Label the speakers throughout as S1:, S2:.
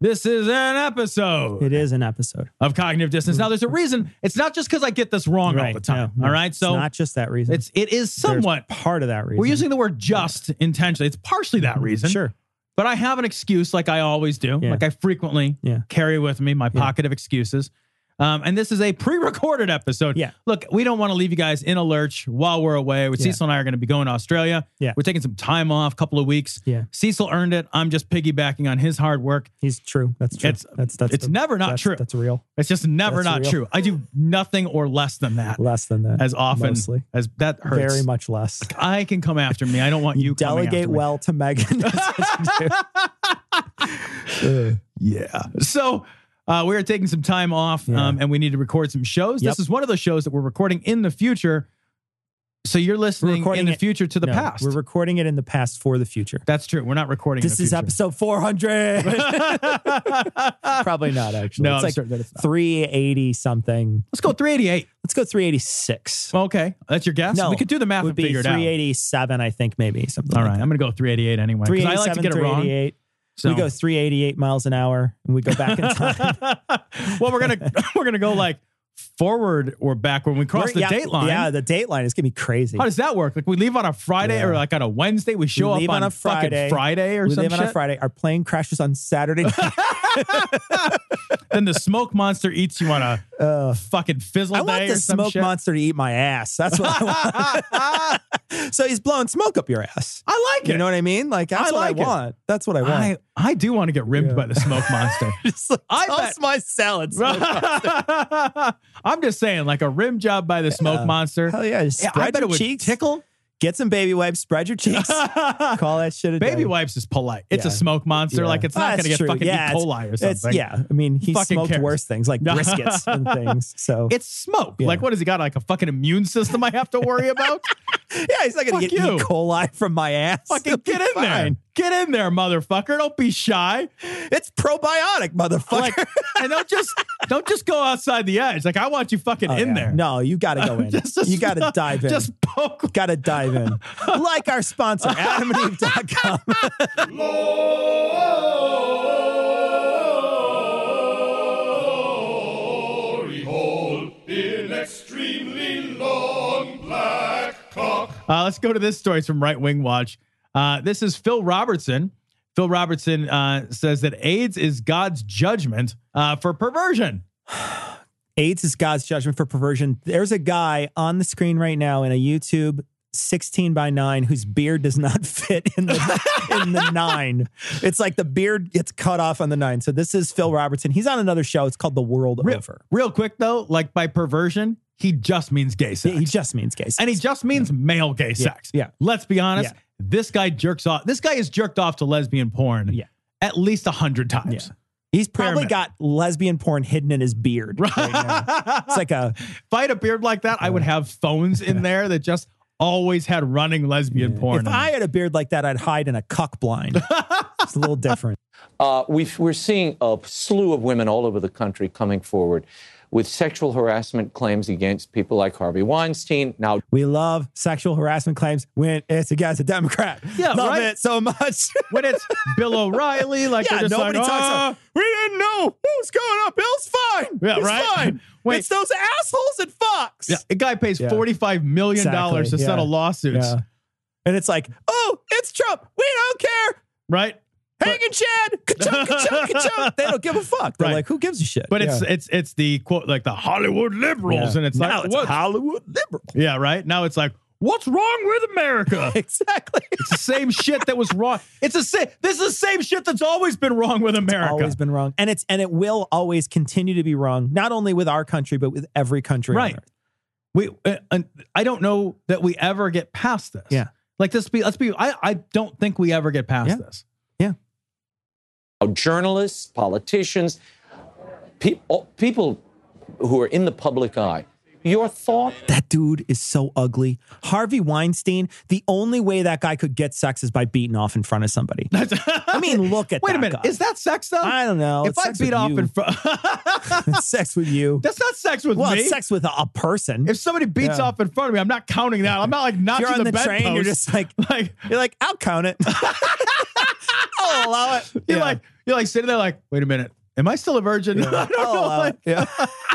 S1: This is an episode
S2: It is an episode.
S1: of cognitive distance. Now, there's a reason. It's not just because I get this wrong all
S2: Right,
S1: the time.
S2: no, no,
S1: all right, so
S2: it's not just that reason.
S1: it's it is
S2: There's
S1: somewhat.
S2: part of that reason. Mm-hmm.
S1: We're using the word just intentionally. It's partially that reason.
S2: Sure.
S1: But I have an excuse like I always do,
S2: Yeah.
S1: like I frequently
S2: Yeah.
S1: carry with me my
S2: Yeah.
S1: pocket of excuses. Um, and this is a pre recorded episode.
S2: Yeah.
S1: Look, we don't want to leave you guys in a lurch while we're away.
S2: Yeah.
S1: Cecil and I are going to be going to Australia.
S2: Yeah.
S1: We're taking some time off, couple of weeks.
S2: Yeah.
S1: Cecil earned it. I'm just piggybacking on his hard work.
S2: He's true. That's true.
S1: It's-
S2: that's that's
S1: it's
S2: the-
S1: never not
S2: that's-
S1: true.
S2: That's real.
S1: It's just never
S2: That's
S1: not
S2: real.
S1: true. I do nothing or less than that
S2: Less than that.
S1: as often
S2: mostly.
S1: as that hurts.
S2: Very much less.
S1: I can come after me. I don't want you coming
S2: Delegate
S1: after me.
S2: well to Megan.
S1: Yeah. So uh, we are taking some time off
S2: Yeah.
S1: um, and we need to record some shows.
S2: Yep.
S1: This is one of those shows that we're recording in the future. So you're listening in
S2: recording
S1: the
S2: it-
S1: future to the
S2: No,
S1: past.
S2: We're recording it in the past for the future.
S1: That's true. We're not recording. in
S2: This
S1: the
S2: is
S1: future.
S2: episode 400. Probably not actually.
S1: No, I'm
S2: it's like
S1: certain that it's not.
S2: 380 something.
S1: Let's go 388.
S2: Let's go 386.
S1: Well, okay. That's your guess.
S2: No,
S1: we could do the math
S2: would
S1: and
S2: be
S1: figure it out.
S2: 387 I think maybe something.
S1: All
S2: like
S1: right. I'm going to go 388 anyway.
S2: that.
S1: 'cause I like to
S2: 387,
S1: get it wrong.
S2: 388.
S1: So.
S2: We go 388 miles an hour and we go back in time.
S1: well, we're going to we're going to go like forward or back when we cross
S2: We're-
S1: the
S2: yeah,
S1: date line.
S2: Yeah, the date line is going to be crazy.
S1: How does that work? Like we leave on a Friday
S2: Yeah.
S1: or like on a Wednesday. We show
S2: leave
S1: up
S2: on
S1: on,
S2: a Friday.
S1: fucking Friday or
S2: we
S1: some
S2: live on a
S1: shit.
S2: Friday. Our plane crashes on Saturday. night.
S1: then the smoke monster eats you on a
S2: Ugh.
S1: fucking fizzle
S2: I
S1: day
S2: want
S1: or
S2: the
S1: some
S2: smoke
S1: shit.
S2: monster to eat my ass. That's what I want. so he's blowing smoke up your ass.
S1: I like it.
S2: You know what I mean? Like
S1: I
S2: that's what
S1: like it.
S2: I want. That's what I want.
S1: I, I do want to get rimmed
S2: Yeah.
S1: by the smoke monster.
S2: Just like,
S1: I
S2: toss
S1: bet-
S2: my salad. smoke monster.
S1: I'm just saying, like a rim job by the smoke
S2: Yeah.
S1: monster.
S2: Hell yeah! Just
S1: Yeah,
S2: spread
S1: I bet
S2: your
S1: it would
S2: cheeks.
S1: tickle.
S2: Get some baby wipes. Spread your cheeks. Call that shit a
S1: Baby
S2: day.
S1: wipes is polite. It's a
S2: Yeah.
S1: smoke monster.
S2: Yeah.
S1: Like it's
S2: Ah,
S1: not
S2: that's
S1: going to get
S2: true.
S1: fucking
S2: Yeah,
S1: E.
S2: it's-
S1: coli or
S2: It's,
S1: something.
S2: yeah, I mean he
S1: Fucking
S2: smoked
S1: cares.
S2: worse things like briskets and things. So
S1: It's smoke.
S2: Yeah.
S1: Like what has he got? Like a fucking immune system I have to worry about?
S2: Yeah, he's not gonna
S1: Fuck
S2: get
S1: you.
S2: E. coli from my ass.
S1: fucking get in there. Get in there, motherfucker. Don't be shy.
S2: there. It's probiotic, motherfucker.
S1: Like, and don't just don't just go outside the edge. Like I want you fucking
S2: Oh,
S1: in
S2: yeah.
S1: there.
S2: No, you gotta go in.
S1: Just- just-
S2: you gotta dive in.
S1: Just poke.
S2: gotta dive in. like our sponsor, adamandeve.com.
S3: glory hole in extremely long black cock.
S1: Uh, let's go to this story. It's from Right Wing Watch. Uh, this is Phil Robertson. Phil Robertson uh, says that AIDS is God's judgment uh, for perversion.
S2: AIDS is God's judgment for perversion. There's a guy on the screen right now in a YouTube 16 by 9 whose beard does not fit in the in the 9. It's like the beard gets cut off on the 9. So this is Phil Robertson. He's on another show. It's called The World
S1: Real,
S2: Over.
S1: real quick though, like by perversion, he just means gay sex,
S2: He just means gay sex.
S1: and he just means male gay sex.
S2: yeah.
S1: Let's be honest.
S2: Yeah.
S1: This guy jerks off. This guy is jerked off to lesbian porn.
S2: Yeah.
S1: At least a hundred times.
S2: Yeah. He's probably
S1: Fairman.
S2: got lesbian porn hidden in his beard. Right. now. It's like a
S1: if I had a beard like that, I would have phones in there that just always had running lesbian porn.
S2: if
S1: in
S2: I had a beard like that, I'd hide in a cuck blind. it's a little different.
S4: Uh, we've, we're seeing a slew of women all over the country coming forward with sexual harassment claims against people like Harvey Weinstein. Now,
S2: We love sexual harassment claims when it's against a Democrat.
S1: Yeah,
S2: love
S1: right?
S2: it so much.
S1: when it's Bill O'Reilly, like
S2: yeah,
S1: they're just
S2: nobody
S1: like,
S2: talks.
S1: "Ah."
S2: About, we didn't know who's going up. Bill's fine.
S1: Yeah,
S2: He's
S1: right?
S2: Fine.
S1: Wait.
S2: It's those assholes at Fox.
S1: Yeah, a guy pays
S2: Yeah.
S1: forty-five million dollars
S2: Exactly,
S1: to
S2: yeah.
S1: settle lawsuits.
S2: Yeah. And it's like, oh, it's Trump. We don't care.
S1: right?
S2: Hang and Chad, ka-chunk, ka-chunk, ka-chunk. They don't give a fuck. They're
S1: Right.
S2: like, who gives a shit?
S1: But
S2: Yeah.
S1: it's it's it's the quote like the Hollywood liberals,
S2: Yeah.
S1: and it's
S2: now
S1: like
S2: it's
S1: what?
S2: Hollywood liberal.
S1: yeah, right. Now it's like what's wrong with America?
S2: Exactly.
S1: it's the same shit that was wrong. It's the same. This is the same shit that's always been wrong with America.
S2: Always been wrong, and it's and it will always continue to be wrong. Not only with our country, but with every country. on
S1: Right.
S2: earth.
S1: we uh, and I don't know that we ever get past this.
S2: Yeah.
S1: Like this be let's be I, I don't think we ever get past
S2: Yeah.
S1: this.
S4: How Journalists, politicians, pe- all- people who are in the public eye. Your thought
S2: That dude is so ugly. Harvey Weinstein. The only way that guy could get sex is by beating off in front of somebody. I mean, look at
S1: Wait
S2: that
S1: a minute.
S2: guy.
S1: Is that sex though?
S2: I don't know.
S1: If
S2: It's
S1: I
S2: sex
S1: beat
S2: with
S1: off
S2: you.
S1: in front
S2: sex with you.
S1: That's not sex with
S2: well,
S1: me.
S2: it's sex with a, a person.
S1: If somebody beats
S2: Yeah.
S1: off in front of me, I'm not counting that. I'm not like
S2: If
S1: knocking
S2: you're on the, train, you're
S1: bedpost.
S2: just like
S1: like "Ah,
S2: you're like, I'll count it. I'll allow it.
S1: you're
S2: Yeah.
S1: like you're like sitting there like, wait a minute, am I still a virgin? I don't
S2: I'll
S1: know.
S2: allow
S1: Like,
S2: it. Oh,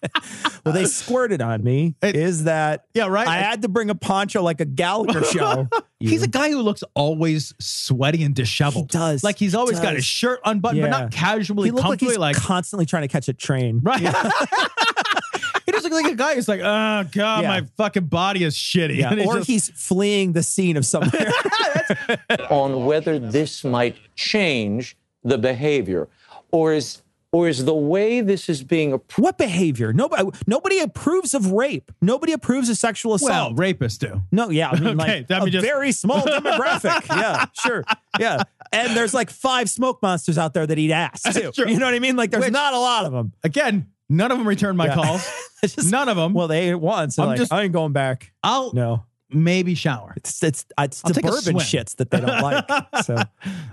S2: Yeah. well, they squirted on me.
S1: It-
S2: Is that
S1: yeah, right.
S2: I had to bring a poncho like a Gallagher show.
S1: He's a guy who looks always sweaty and disheveled.
S2: He does.
S1: Like he's always got his
S2: Does.
S1: shirt unbuttoned, but
S2: Yeah.
S1: not casually,
S2: he looked like
S1: comfortably.
S2: he's
S1: Like,
S2: constantly trying to catch a train.
S1: right. he doesn't look like a guy who's like, oh god,
S2: Yeah.
S1: my fucking body is shitty.
S2: Yeah.
S1: And he's
S2: Or
S1: just-
S2: he's fleeing the scene of somewhere.
S4: on whether this might change the behavior, or is or is the way this is being approached.
S2: what behavior? Nobody nobody approves of rape. Nobody approves of sexual
S1: well,
S2: assault.
S1: rapists do.
S2: No, yeah, I mean,
S1: Okay,
S2: like
S1: that
S2: a
S1: would just-
S2: very small demographic. yeah, sure, yeah. And there's like five smoke monsters out there that eat ass too.
S1: That's true.
S2: You know what I mean? Like, there's
S1: Which-
S2: not a lot of them.
S1: Again, none of them return my
S2: Yeah.
S1: calls.
S2: It's just-
S1: none of them.
S2: Well, they ate it once. and
S1: I'm
S2: like,
S1: just-
S2: I ain't going back.
S1: I'll
S2: No,
S1: maybe shower.
S2: it's it's, uh, it's
S1: I'll take a
S2: suburban
S1: swim.
S2: shits that they don't like. So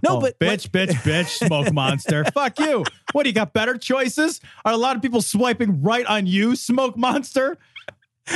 S2: no,
S1: Oh,
S2: but
S1: bitch, bitch, bitch, smoke monster. Fuck you. What do you got? Better choices? Are a lot of people swiping right on you, smoke monster?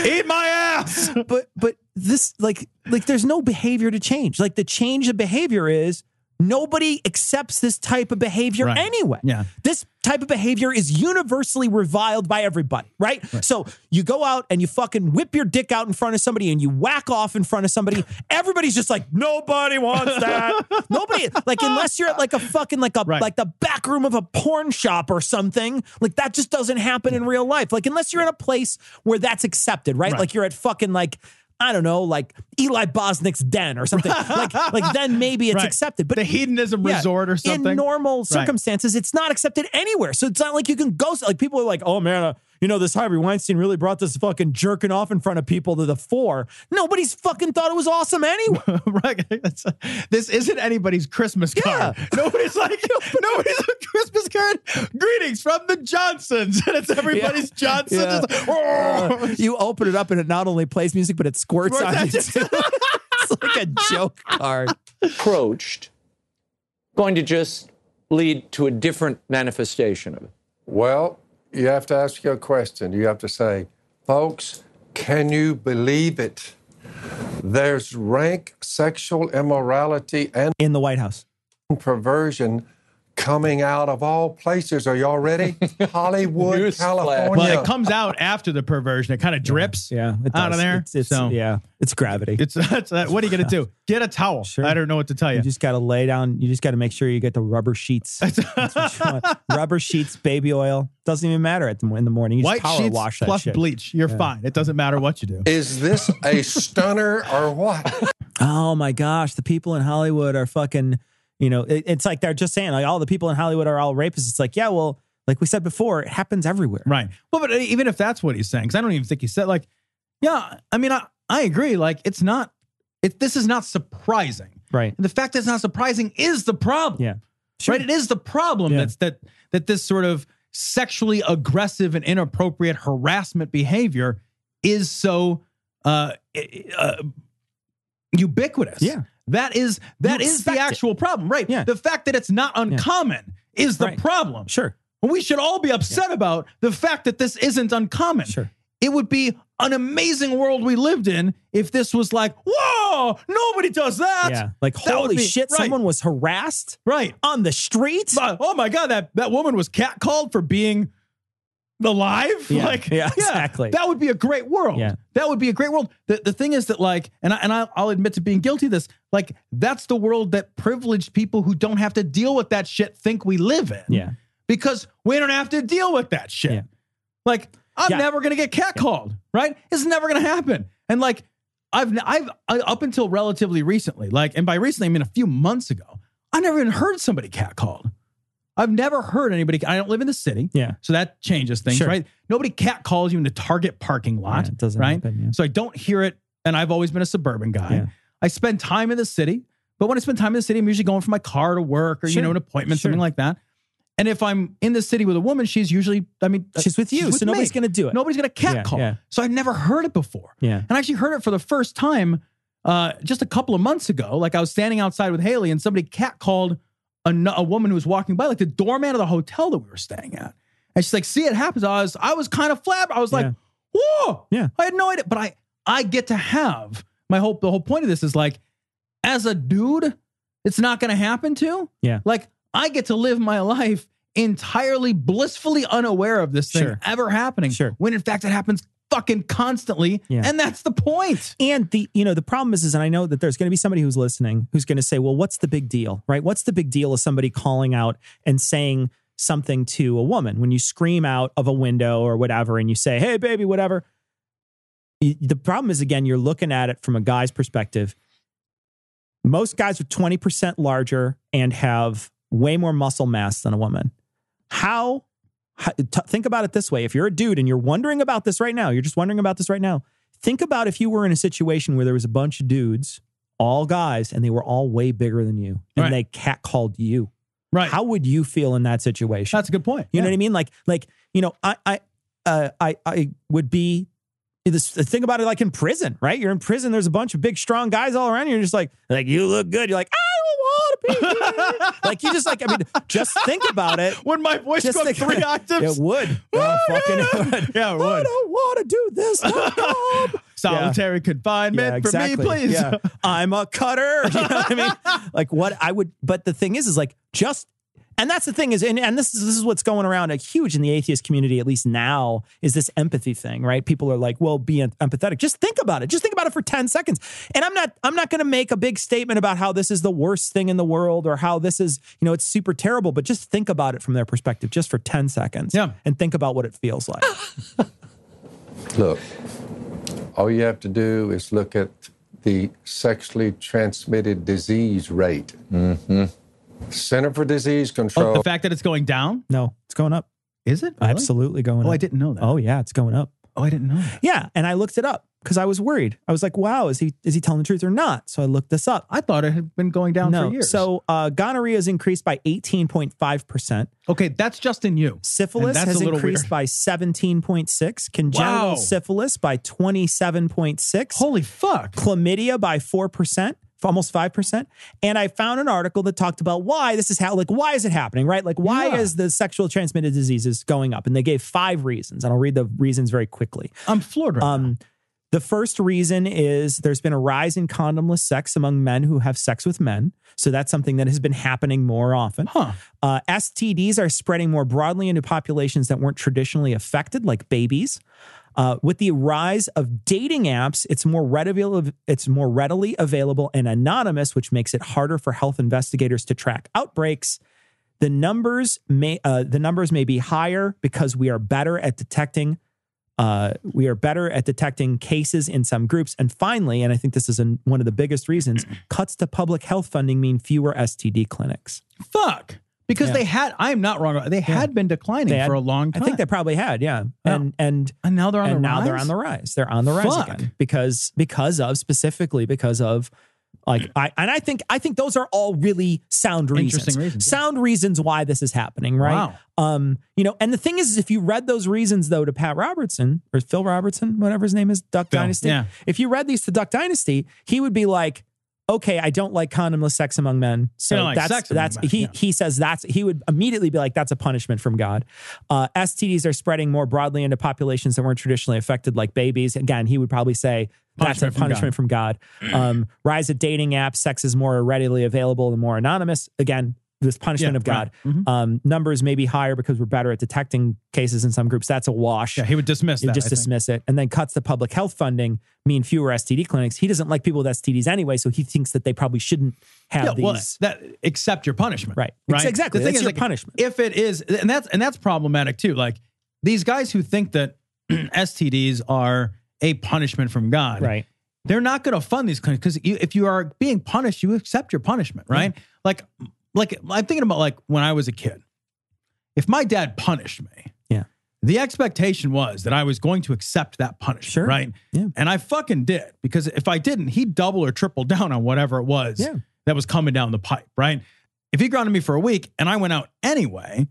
S1: Eat my ass.
S2: but, but but this like like there's no behavior to change. Like the change of behavior is. Nobody accepts this type of behavior
S1: Right.
S2: anyway.
S1: Yeah.
S2: This type of behavior is universally reviled by everybody, right? So you go out and you fucking whip your dick out in front of somebody and you whack off in front of somebody. Everybody's just like, nobody wants that. nobody, like, unless you're at like a fucking, like a,
S1: Right.
S2: like the back room of a porn shop or something, like that just doesn't happen in real life. Like, unless you're in a place where that's accepted, right?
S1: Right.
S2: Like you're at fucking, like, I don't know, like Eli Bosnick's den or something. like, like then maybe it's
S1: Right.
S2: accepted. But
S1: The hedonism
S2: yeah,
S1: resort or something.
S2: In normal circumstances, it's not accepted anywhere. So it's not like you can go. Like people are like, oh man, uh, you know this Harvey Weinstein really brought this fucking jerking off in front of people to the fore. Nobody's fucking thought it was awesome anyway.
S1: right. That's- this isn't anybody's Christmas card. Nobody's like, nobody's a Christmas card. Greetings from the Johnsons. And it's everybody's Johnson.
S2: Yeah.
S1: Just, "Oh."
S2: you open it up and it not only plays music but it squirts
S1: Squirts
S2: on
S1: at
S2: you
S1: you.
S2: too. it's like a joke card.
S4: approached going to just lead to a different manifestation of it?
S5: Well, you have to ask your question. You have to say, folks, can you believe it? There's rank sexual immorality and
S2: In the White House,
S5: perversion coming out of all places. Are y'all ready? Hollywood,
S4: Newsflash.
S5: California.
S1: Well, it comes out after the perversion. It kind of drips
S2: it
S1: out
S2: does.
S1: of there.
S2: It's, it's,
S1: so
S2: yeah, it's gravity.
S1: it's, it's uh, what are you going to do? Get a towel.
S2: Sure.
S1: I don't know what to tell you.
S2: You just got to lay down. You just got to make sure you get the rubber sheets. That's what you want. rubber sheets, baby oil. Doesn't even matter at the, in the morning. You
S1: White
S2: just power
S1: sheets
S2: wash that
S1: plus
S2: shit.
S1: bleach. You're fine. It doesn't matter what you do.
S5: Is this a stunner or what?
S2: Oh my gosh, the people in Hollywood are fucking. You know, it- it's like they're just saying like all the people in Hollywood are all rapists. It's like yeah, well, like we said before, it happens everywhere.
S1: Right. Well, but even if that's what he's saying, because I don't even think he said like, yeah. I mean, I I agree. Like, it's not. It this is not surprising.
S2: Right.
S1: And the fact that it's not surprising is the problem.
S2: Yeah.
S1: Right. It is the problem
S2: Yeah.
S1: that's that that this sort of sexually aggressive and inappropriate harassment behavior is so uh, uh ubiquitous.
S2: Yeah.
S1: That is that
S2: You
S1: is the
S2: expect it.
S1: actual problem. Right.
S2: Yeah.
S1: The fact that it's not uncommon is the
S2: Right.
S1: problem.
S2: Sure.
S1: Well, we should all be upset about the fact that this isn't uncommon.
S2: Sure.
S1: It would be an amazing world we lived in if this was like, whoa, nobody does that.
S2: yeah. Like
S1: That would
S2: holy
S1: be-
S2: shit,
S1: right.
S2: someone was harassed
S1: Right.
S2: on the streets.
S1: Uh, Oh my God, that, that woman was catcalled for being the live
S2: Yeah,
S1: like
S2: yeah, exactly.
S1: that would be a great world
S2: Yeah.
S1: that would be a great world the, the thing is that like and, I, and I, i'll admit to being guilty of this like that's the world that privileged people who don't have to deal with that shit think we live in
S2: Yeah.
S1: because we don't have to deal with that shit
S2: Yeah.
S1: like i'm
S2: Yeah.
S1: never gonna get catcalled right it's never gonna happen and like i've i've I, up until relatively recently like and by recently i mean a few months ago i never even heard somebody catcalled i've never heard anybody i don't live in the city
S2: Yeah.
S1: so that changes things,
S2: Sure.
S1: right? Nobody cat calls you in the Target parking lot,
S2: Yeah, it doesn't
S1: right?
S2: happen, yeah.
S1: So I don't hear it, and I've always been a suburban guy.
S2: Yeah.
S1: I spend time in the city, but when I spend time in the city, I'm usually going from my car to work or you
S2: Sure.
S1: know an appointment,
S2: Sure.
S1: something like that. And if I'm in the city with a woman, she's usually, I mean, uh,
S2: She's with you, so nobody's
S1: me.
S2: gonna do it.
S1: Nobody's gonna cat
S2: Yeah,
S1: call.
S2: yeah.
S1: So I've never heard it before.
S2: Yeah.
S1: And I actually heard it for the first time uh, just a couple of months ago. Like I was standing outside with Haley and somebody catcalled a, n- a woman who was walking by, like the doorman of the hotel that we were staying at. And she's like, see, it happens. I was, I was kind of flab. I was like,
S2: Yeah.
S1: whoa.
S2: Yeah.
S1: I had no idea. But I, I get to have my whole, the whole point of this is like, as a dude, it's not going to happen to.
S2: Yeah.
S1: Like I get to live my life entirely blissfully unaware of this thing
S2: Sure.
S1: ever happening.
S2: Sure.
S1: When in fact it happens fucking constantly.
S2: Yeah.
S1: And that's the point.
S2: And the you know the problem is is and I know that there's going to be somebody who's listening who's going to say, "Well, what's the big deal?" Right? What's the big deal of somebody calling out and saying something to a woman when you scream out of a window or whatever and you say, "Hey, baby, whatever." Y- The problem is again, you're looking at it from a guy's perspective. Most guys are 20% larger and have way more muscle mass than a woman. How, how t- think about it this way. If you're a dude and you're wondering about this right now, you're just wondering about this right now. Think about if you were in a situation where there was a bunch of dudes, all guys, and they were all way bigger than you and
S1: Right.
S2: they catcalled you.
S1: Right.
S2: How would you feel in that situation?
S1: That's a good point.
S2: You know
S1: Yeah.
S2: what I mean? Like, like you know, I, I, uh, I, I would be. This the thing about it, like in prison, right? You're in prison. There's a bunch of big, strong guys all around you. You're just like, like you look good. You're like, I don't want to be. here." like you just like, I mean, just think about it.
S1: Would my voice
S2: Just
S1: go up
S2: think-
S1: three octaves?
S2: It would.
S1: Oh,
S2: Oh,
S1: no,
S2: fucking
S1: no.
S2: it would.
S1: Yeah, it
S2: I
S1: would.
S2: don't want to do this. No, God.
S1: Solitary confinement
S2: Yeah,
S1: for me, please.
S2: Yeah. I'm a cutter. You know what I mean? Like what I would, but the thing is, is like just, and that's the thing is, and, and this is this is what's going around like huge in the atheist community, at least now, is this empathy thing, right? People are like, well, be em- empathetic. Just think about it. Just think about it for 10 seconds. And I'm not, I'm not gonna make a big statement about how this is the worst thing in the world or how this is, you know, it's super terrible, but just think about it from their perspective, just for 10 seconds.
S1: Yeah.
S2: And think about what it feels like.
S5: Look, all you have to do is look at the sexually transmitted disease rate. Center for Disease Control.
S1: Mm-hmm. Oh, the fact that it's going down?
S2: no, it's going up.
S1: Is it? Really?
S2: Absolutely going
S1: Oh,
S2: up.
S1: I didn't know that.
S2: Oh yeah, it's going up.
S1: Oh, I didn't know that.
S2: Yeah, and I looked it up because I was worried. I was like, "Wow, is he is he telling the truth or not?" So I looked this up.
S1: I thought it had been going down
S2: no,
S1: for years.
S2: so uh, gonorrhea has increased by eighteen point five percent.
S1: okay, that's just in you. And
S2: Syphilis
S1: that's
S2: has
S1: a little
S2: increased
S1: weird.
S2: by seventeen point six. Congenital
S1: Wow.
S2: syphilis by twenty seven point six.
S1: Holy fuck.
S2: Chlamydia by four percent. Almost five percent, and I found an article that talked about why this is how, like, why is it happening, right? Like, why
S1: Yeah.
S2: is the sexual transmitted diseases going up? And they gave five reasons, and I'll read the reasons very quickly.
S1: I'm floored right now.
S2: Um, the first reason is there's been a rise in condomless sex among men who have sex with men. So that's something that has been happening more often.
S1: Huh.
S2: Uh, STDs are spreading more broadly into populations that weren't traditionally affected, like babies. Uh, with the rise of dating apps, it's more readily it's more readily available and anonymous, which makes it harder for health investigators to track outbreaks. The numbers may uh, the numbers may be higher because we are better at detecting uh, we are better at detecting cases in some groups. And finally, and I think this is an, one of the biggest reasons, cuts to public health funding mean fewer STD clinics.
S1: Fuck. Because
S2: Yeah.
S1: they had, I am not wrong. They had been declining
S2: They had-
S1: for a long time. Oh.
S2: I think they probably had, yeah. And and
S1: and now they're on the
S2: and now
S1: rise?
S2: they're on the rise. They're on the rise
S1: Fuck.
S2: again because because of specifically because of like I and I think I think those are all really sound reasons.
S1: Interesting reasons, yeah.
S2: Sound reasons why this is happening, right? Um, you know, and the thing is, is if you read those reasons though to Pat Robertson or Phil Robertson, whatever his name is, Duck
S1: Phil,
S2: Dynasty.
S1: yeah.
S2: If you read these to Duck Dynasty, he would be like, "Okay, I don't like condomless sex among men." So
S1: don't like
S2: that's
S1: sex among
S2: that's
S1: men,
S2: he
S1: yeah.
S2: he says that's he would immediately be like, "That's a punishment from God." Uh, STDs are spreading more broadly into populations that weren't traditionally affected, like babies. Again, he would probably say. That's
S1: Punishment
S2: a
S1: from God.
S2: punishment from God. Um, rise of dating apps, sex is more readily available and more anonymous. Again, this punishment
S1: Yeah,
S2: of God.
S1: right. Mhm.
S2: Um, numbers may be higher because we're better at detecting cases in some groups. That's a wash.
S1: Yeah, he would dismiss
S2: You
S1: that.
S2: just
S1: I think.
S2: dismiss it and then cuts the public health funding, mean fewer STD clinics. He doesn't like people with STDs anyway, so he thinks that they probably shouldn't have
S1: Yeah,
S2: these.
S1: well, that accept your punishment,
S2: Right.
S1: Right,
S2: Ex- exactly. That's your punishment.
S1: If it is, and that's and that's problematic too. Like these guys who think that STDs are a punishment from God,
S2: right.
S1: they're not going to fund these clinics because you, if you are being punished, you accept your punishment, right? Like, like I'm thinking about like when I was a kid, if my dad punished me,
S2: Yeah.
S1: the expectation was that I was going to accept that punishment,
S2: Sure.
S1: right?
S2: Yeah.
S1: and I fucking did because if I didn't, he'd double or triple down on whatever it was
S2: Yeah.
S1: that was coming down the pipe, right? If he grounded me for a week and I went out anyway,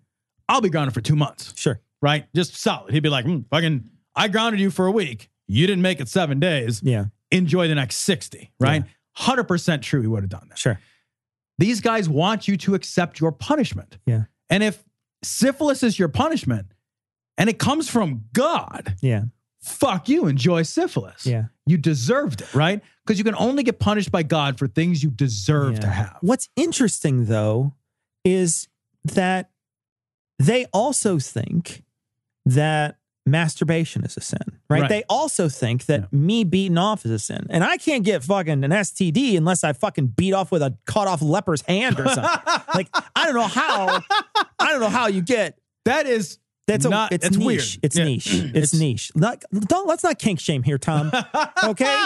S1: I'll be grounded for two months
S2: Sure.
S1: right? Just solid. He'd be like, "Hmm, fucking, I grounded you for a week. You didn't make it seven days.
S2: Yeah.
S1: Enjoy the next 60, right? 100% true. He would have done that.
S2: Sure.
S1: These guys want you to accept your punishment.
S2: Yeah.
S1: And if syphilis is your punishment and it comes from God,
S2: Yeah.
S1: fuck you, enjoy syphilis.
S2: Yeah.
S1: You deserved it, right? Because you can only get punished by God for things you deserve to
S2: Yeah.
S1: have.
S2: What's interesting though is that they also think that masturbation is a sin, right?
S1: Right.
S2: They also think that
S1: Yeah.
S2: me beating off is a sin. And I can't get fucking an STD unless I fucking beat off with a cut off leper's hand or something. like I don't know how I don't know how you get
S1: That is
S2: that's a,
S1: Not-
S2: it's,
S1: it's
S2: niche.
S1: weird.
S2: It's
S1: Yeah.
S2: niche.
S1: It's-
S2: It's niche. Not don't let's not kink shame here, Tom. Okay?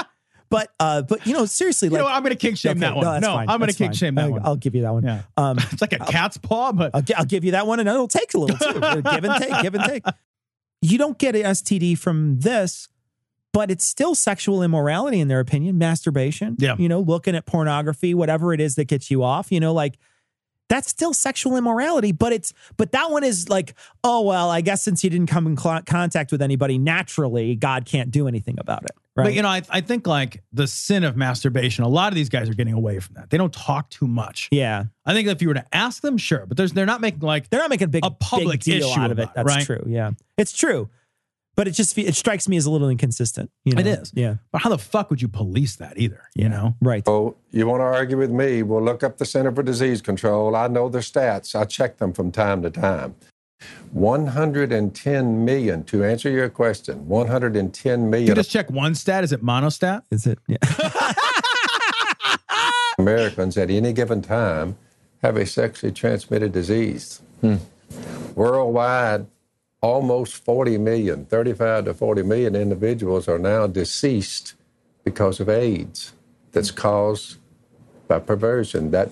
S2: but uh but you know seriously
S1: you
S2: like
S1: know, what? I'm going to kink shame
S2: Okay,
S1: that one. No,
S2: that's fine.
S1: I'm going to
S2: That's
S1: kink
S2: fine.
S1: shame that
S2: I'll,
S1: one.
S2: I'll give you that one.
S1: Yeah.
S2: Um,
S1: it's like a cat's paw, but
S2: I'll, gi- I'll give you that one, and it'll take a little too. give and take, give and take. You don't get an STD from this, but it's still sexual immorality in their opinion. Masturbation,
S1: Yeah.
S2: you know, looking at pornography, whatever it is that gets you off, you know, like that's still sexual immorality. But it's but that one is like, oh well, I guess since you didn't come in cl- contact with anybody naturally, God can't do anything about it, right?
S1: But you know, I, I think like the sin of masturbation, a lot of these guys are getting away from that. They don't talk too much.
S2: yeah,
S1: I think if you were to ask them, sure, but there's they're not making like
S2: They're not making a big
S1: A public
S2: big deal
S1: issue
S2: out of it.
S1: about it,
S2: That's
S1: right?
S2: true. Yeah, it's true, but it just fe- it strikes me as a little inconsistent. You know?
S1: It is.
S2: Yeah.
S1: but how the fuck would you police that either? You know?
S2: Right.
S5: Oh, you want to argue with me? Well, look up the Center for Disease Control. I know their stats. I check them from time to time. 110 million, to answer your question, 110
S1: You
S5: million
S1: just check one stat, is it monostat?
S2: Is it? Yeah.
S5: Americans at any given time have a sexually transmitted disease. Hmm. Worldwide, almost 40 million, 35 to 40 million individuals are now deceased because of AIDS that's caused by perversion. That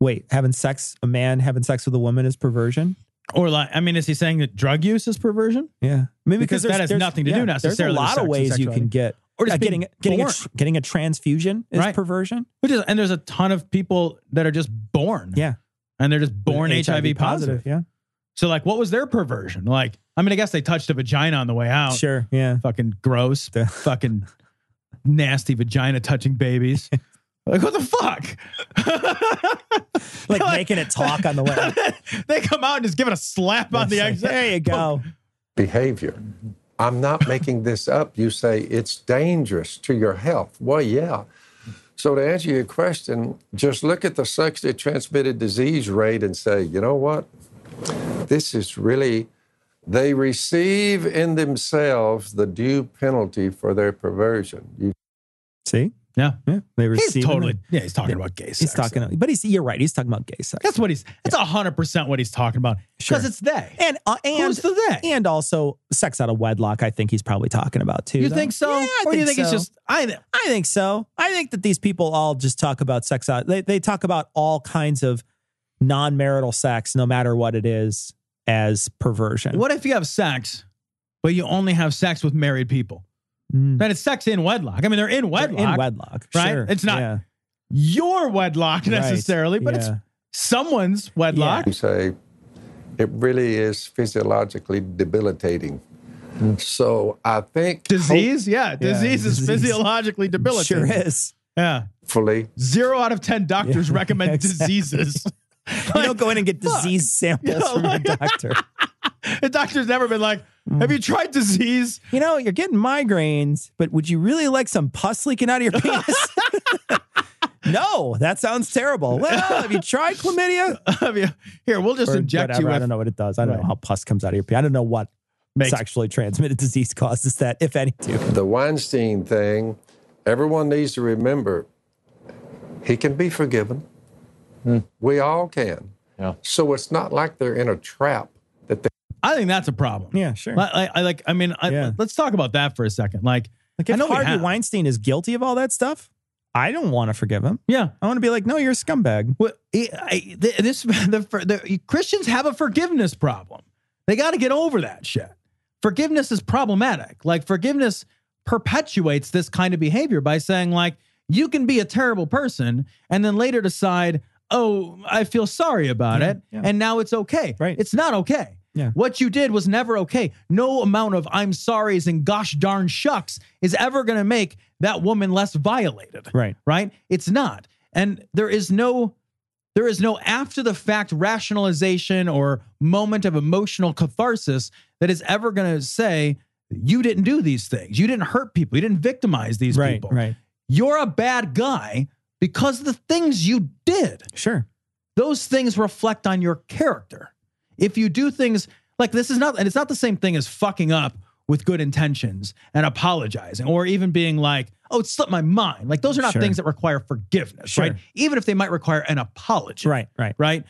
S2: Wait, having sex, a man having sex with a woman is perversion.
S1: Or like I mean, is he saying that drug use is perversion?
S2: Yeah. I mean,
S1: Because that
S2: there's-
S1: has
S2: there's-
S1: nothing to do necessarily
S2: There's
S1: with
S2: a lot
S1: sex
S2: of
S1: and
S2: ways you
S1: sexuality.
S2: can get. uh,
S1: Or just
S2: getting
S1: being
S2: getting a,
S1: born.
S2: tr- getting a transfusion is
S1: Right.
S2: perversion.
S1: Which is and there's a ton of people that are just born.
S2: Yeah,
S1: And they're just born
S2: With
S1: HIV, positive.
S2: Yeah,
S1: So like what was their perversion? Like, I mean, I guess they touched a vagina on the way out.
S2: sure. Yeah,
S1: fucking gross,
S2: Yeah.
S1: fucking nasty vagina touching babies. Like what the fuck?
S2: like,
S1: Like-
S2: making it talk on the way.
S1: they come out and just give it a slap on the exit.
S2: there you go.
S5: behavior. I'm not making this up. You say it's dangerous to your health. Well, yeah. So, to answer your question, just look at the sexually transmitted disease rate and say, you know what? This is really, they receive in themselves the due penalty for their perversion. You
S2: See,
S1: Yeah,
S2: yeah, they
S1: he's
S2: receiving
S1: totally.
S2: it.
S1: Yeah, he's talking about gay sex.
S2: He's talking, but he's you're right. He's talking about gay sex.
S1: That's what he's. That's hundred percent what he's talking about.
S2: Sure.
S1: Because it's they.
S2: And uh, and
S1: Who's the they?
S2: and also sex out of wedlock. I think he's probably talking about too.
S1: you
S2: though.
S1: think so?
S2: Yeah, I
S1: or
S2: think
S1: you think it's
S2: so.
S1: just I?
S2: I think so. I think that these people all just talk about sex out. They they talk about all kinds of non-marital sex, no matter what it is, as perversion.
S1: What if you have sex, but you only have sex with married people?
S2: Mm.
S1: Then it's sex in wedlock. I mean, they're in wedlock.
S2: in wedlock?
S1: right?
S2: Sure.
S1: It's not your wedlock
S2: Right.
S1: necessarily, but it's
S2: Yeah.
S1: someone's wedlock.
S5: you say it really is physiologically debilitating. So, I think
S1: Disease, yeah, disease is
S2: Mm. disease.
S1: physiologically debilitating.
S2: sure is.
S1: Yeah,
S5: hopefully
S1: zero out of ten doctors
S2: Yeah,
S1: recommend
S2: exactly.
S1: diseases.
S2: you don't go in and get disease samples
S1: Yeah,
S2: from
S1: like-
S2: your doctor. Mm.
S1: The doctor's never been like, "Have you tried disease?"
S2: you know, you're getting migraines, but would you really like some pus leaking out of your penis? No, that sounds terrible. Well, have you tried chlamydia?
S1: I mean, here, we'll just
S2: Or
S1: inject
S2: whatever.
S1: you
S2: I
S1: with
S2: don't know what it does. I don't know
S1: Right.
S2: how pus comes out of your pee. I don't know what
S1: Makes-
S2: sexually transmitted disease causes that, if any. Do
S5: The Weinstein thing, everyone needs to remember he can be forgiven. We all can.
S4: Hmm. Yeah.
S5: So it's not like they're in a trap that they
S1: I think that's a problem.
S2: Yeah, sure.
S1: Like, I, I like. I mean, I,
S2: Yeah.
S1: let's talk about that for a second. Like,
S2: Like
S1: I
S2: if
S1: know we
S2: Harvey
S1: have.
S2: Weinstein is guilty of all that stuff, I don't want to forgive him.
S1: yeah.
S2: I want to be like, no, you're a scumbag.
S1: Well, I- I- th- this the, for- the Christians have a forgiveness problem. They got to get over that shit. Forgiveness is problematic. Like forgiveness perpetuates this kind of behavior by saying like you can be a terrible person and then later decide, "Oh, I feel sorry about
S2: Yeah,
S1: it
S2: yeah.
S1: and now it's okay."
S2: Right.
S1: It's not okay.
S2: Yeah.
S1: What you did was never okay. No amount of I'm sorries and gosh darn shucks is ever going to make that woman less violated
S2: Right.
S1: right it's not and there is no there is no after the fact rationalization or moment of emotional catharsis that is ever going to say you didn't do these things you didn't hurt people you didn't victimize these
S2: right.
S1: people
S2: Right.
S1: you're a bad guy because the things you did
S2: Sure.
S1: those things reflect on your character. If you do things like this is not, and it's not the same thing as fucking up with good intentions and apologizing or even being like, oh, it slipped my mind. Like those are not
S2: Sure.
S1: things that require forgiveness,
S2: Sure.
S1: right? Even if they might require an apology,
S2: Right. Right.
S1: Right.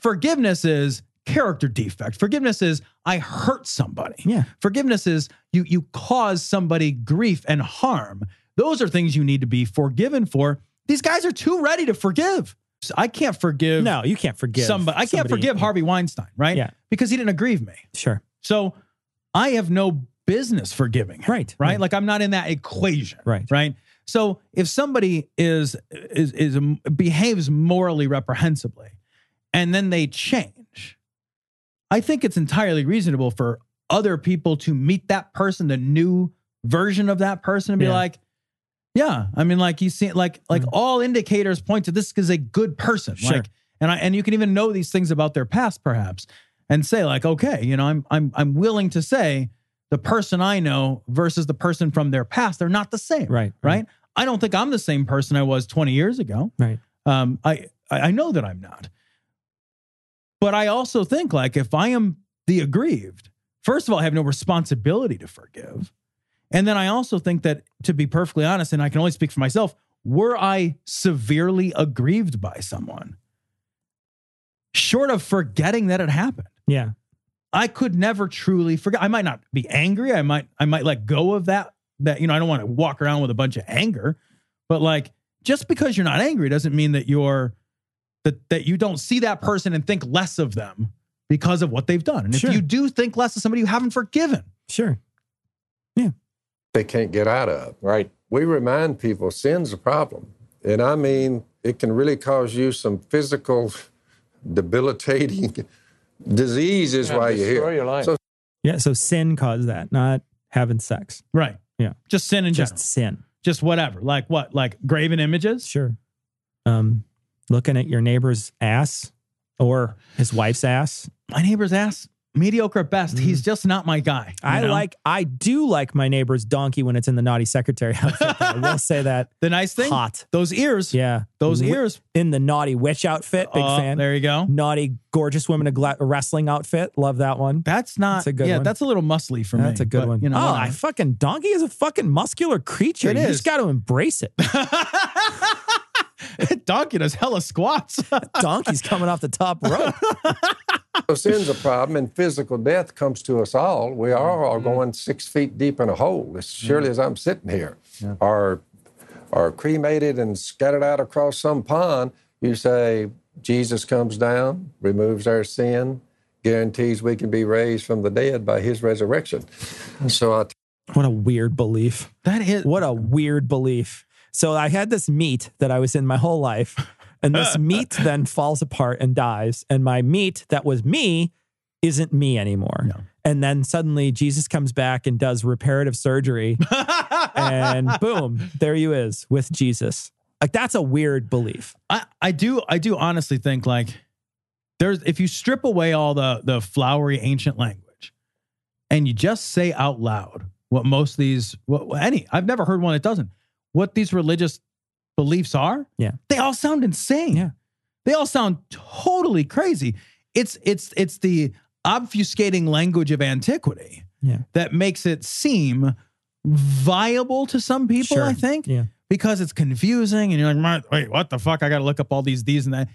S1: Forgiveness is character defect. Forgiveness is I hurt somebody.
S2: Yeah.
S1: Forgiveness is you you cause somebody grief and harm. Those are things you need to be forgiven for. These guys are too ready to forgive. So I can't forgive
S2: No, you can't forgive
S1: somebody. I can't
S2: somebody-
S1: forgive Harvey Weinstein, right?
S2: Yeah.
S1: Because he didn't agree with me.
S2: Sure.
S1: So I have no business forgiving him.
S2: Right.
S1: Right. Like I'm not in that equation.
S2: Right.
S1: Right. So if somebody is is is behaves morally reprehensibly and then they change, I think it's entirely reasonable for other people to meet that person, the new version of that person, and be
S2: Yeah. Mm-hmm.
S1: like, yeah, I mean, like you see, like like all indicators point to this is a good person.
S2: Sure.
S1: Like, and I and you can even know these things about their past, perhaps, and say like, okay, you know, I'm I'm I'm willing to say the person I know versus the person from their past, they're not the same.
S2: Right,
S1: Right.
S2: right.
S1: I don't think I'm the same person I was 20 years ago.
S2: Right.
S1: Um, I I I know that I'm not. But I also think like if I am the aggrieved, first of all, I have no responsibility to forgive. And then I also think that to be perfectly honest, and I can only speak for myself, were I severely aggrieved by someone, short of forgetting that it happened,
S2: Yeah.
S1: I could never truly forget. I might not be angry. I might I might let go of that. That you know I don't want to walk around with a bunch of anger, but like just because you're not angry doesn't mean that you're that that you don't see that person and think less of them because of what they've done. And
S2: Sure.
S1: if you do think less of somebody you haven't forgiven,
S2: Sure.
S5: they can't get out of.
S4: Right.
S5: We remind people sin's a problem. And I mean, it can really cause you some physical, debilitating diseases
S4: Yeah,
S5: while you're
S4: destroy
S5: here.
S4: your life.
S5: So
S2: Yeah. So sin caused that, not having sex.
S1: right?
S2: Yeah.
S1: just sin in
S2: Just
S1: general,
S2: sin.
S1: just whatever. Like what? Like graven images?
S2: Sure. Um, looking at your neighbor's ass or his wife's ass. Mm-hmm.
S1: My neighbor's ass, mediocre at best. He's just not my guy. you
S2: I
S1: know?
S2: like I do like my neighbor's donkey when it's in the naughty secretary outfit. I will say that.
S1: the nice thing.
S2: Hot.
S1: Those ears.
S2: Yeah.
S1: Those
S2: Wi-
S1: ears.
S2: in the naughty witch outfit. Big
S1: Uh,
S2: fan.
S1: There you go.
S2: Naughty gorgeous woman in a gla- a wrestling outfit. Love that one.
S1: That's not
S2: That's a good
S1: yeah.
S2: one.
S1: That's a little muscly for me.
S2: That's a good
S1: but,
S2: one.
S1: You know,
S2: oh,
S1: whatever.
S2: I fucking donkey is a fucking muscular creature.
S1: It
S2: you
S1: is.
S2: just got to embrace it.
S1: donkey does hella squats.
S2: Donkey's coming off the top rope.
S5: so sin's a problem, and physical death comes to us all. We are all going six feet deep in a hole, as surely as I'm sitting here, or, or cremated and scattered out across some pond. You say, Jesus comes down, removes our sin, guarantees we can be raised from the dead by his resurrection. So I
S2: What a weird belief.
S1: that is
S2: What a weird belief. So I had this meat that I was in my whole life, and this meat then falls apart and dies. And my meat that was me isn't me anymore. And then suddenly Jesus comes back and does reparative surgery, and boom, there you is with Jesus. Like that's a weird belief.
S1: I, I do I do honestly think like there's if you strip away all the the flowery ancient language and you just say out loud what most of these what what any I've never heard one that doesn't what these religious beliefs are.
S2: Yeah.
S1: They all sound insane.
S2: Yeah.
S1: They all sound totally crazy. It's it's it's the obfuscating language of antiquity
S2: Yeah.
S1: that makes it seem viable to some people,
S2: Sure.
S1: I think,
S2: Yeah.
S1: because it's confusing and you're like, "My- wait, what the fuck? I gotta look up all these these and that.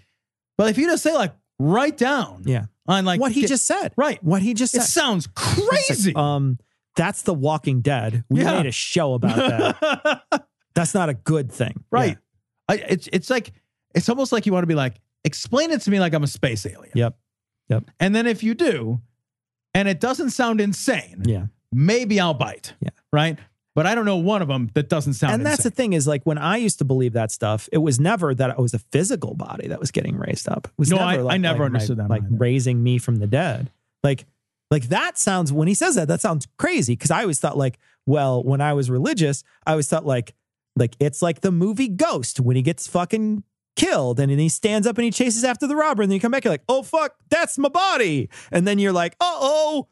S1: But if you just say like write down
S2: Yeah.
S1: on like
S2: what he
S1: get-
S2: just said.
S1: Right.
S2: What he just
S1: it
S2: said.
S1: sounds
S2: It's like,
S1: crazy.
S2: um, that's The Walking Dead. We
S1: Yeah.
S2: made a show about that. that's not a good thing.
S1: right. I, it's it's like it's almost like you want to be like, explain it to me like I'm a space alien.
S2: Yeah. Yep.
S1: And then if you do, and it doesn't sound insane,
S2: Yeah.
S1: maybe I'll bite.
S2: Yeah.
S1: Right. But I don't know one of them that doesn't sound.
S2: And that's the
S1: insane.
S2: thing is like when I used to believe that stuff, it was never that it was a physical body that was getting raised up. It was
S1: No,
S2: never
S1: I-
S2: like,
S1: I never
S2: like
S1: understood
S2: my,
S1: that
S2: Like
S1: either.
S2: raising me from the dead. Like, like that sounds when he says that, that sounds crazy. Cause I always thought like, well, when I was religious, I always thought like, like it's like the movie Ghost when he gets fucking killed and then he stands up and he chases after the robber and then you come back you're like oh fuck that's my body and then you're like uh oh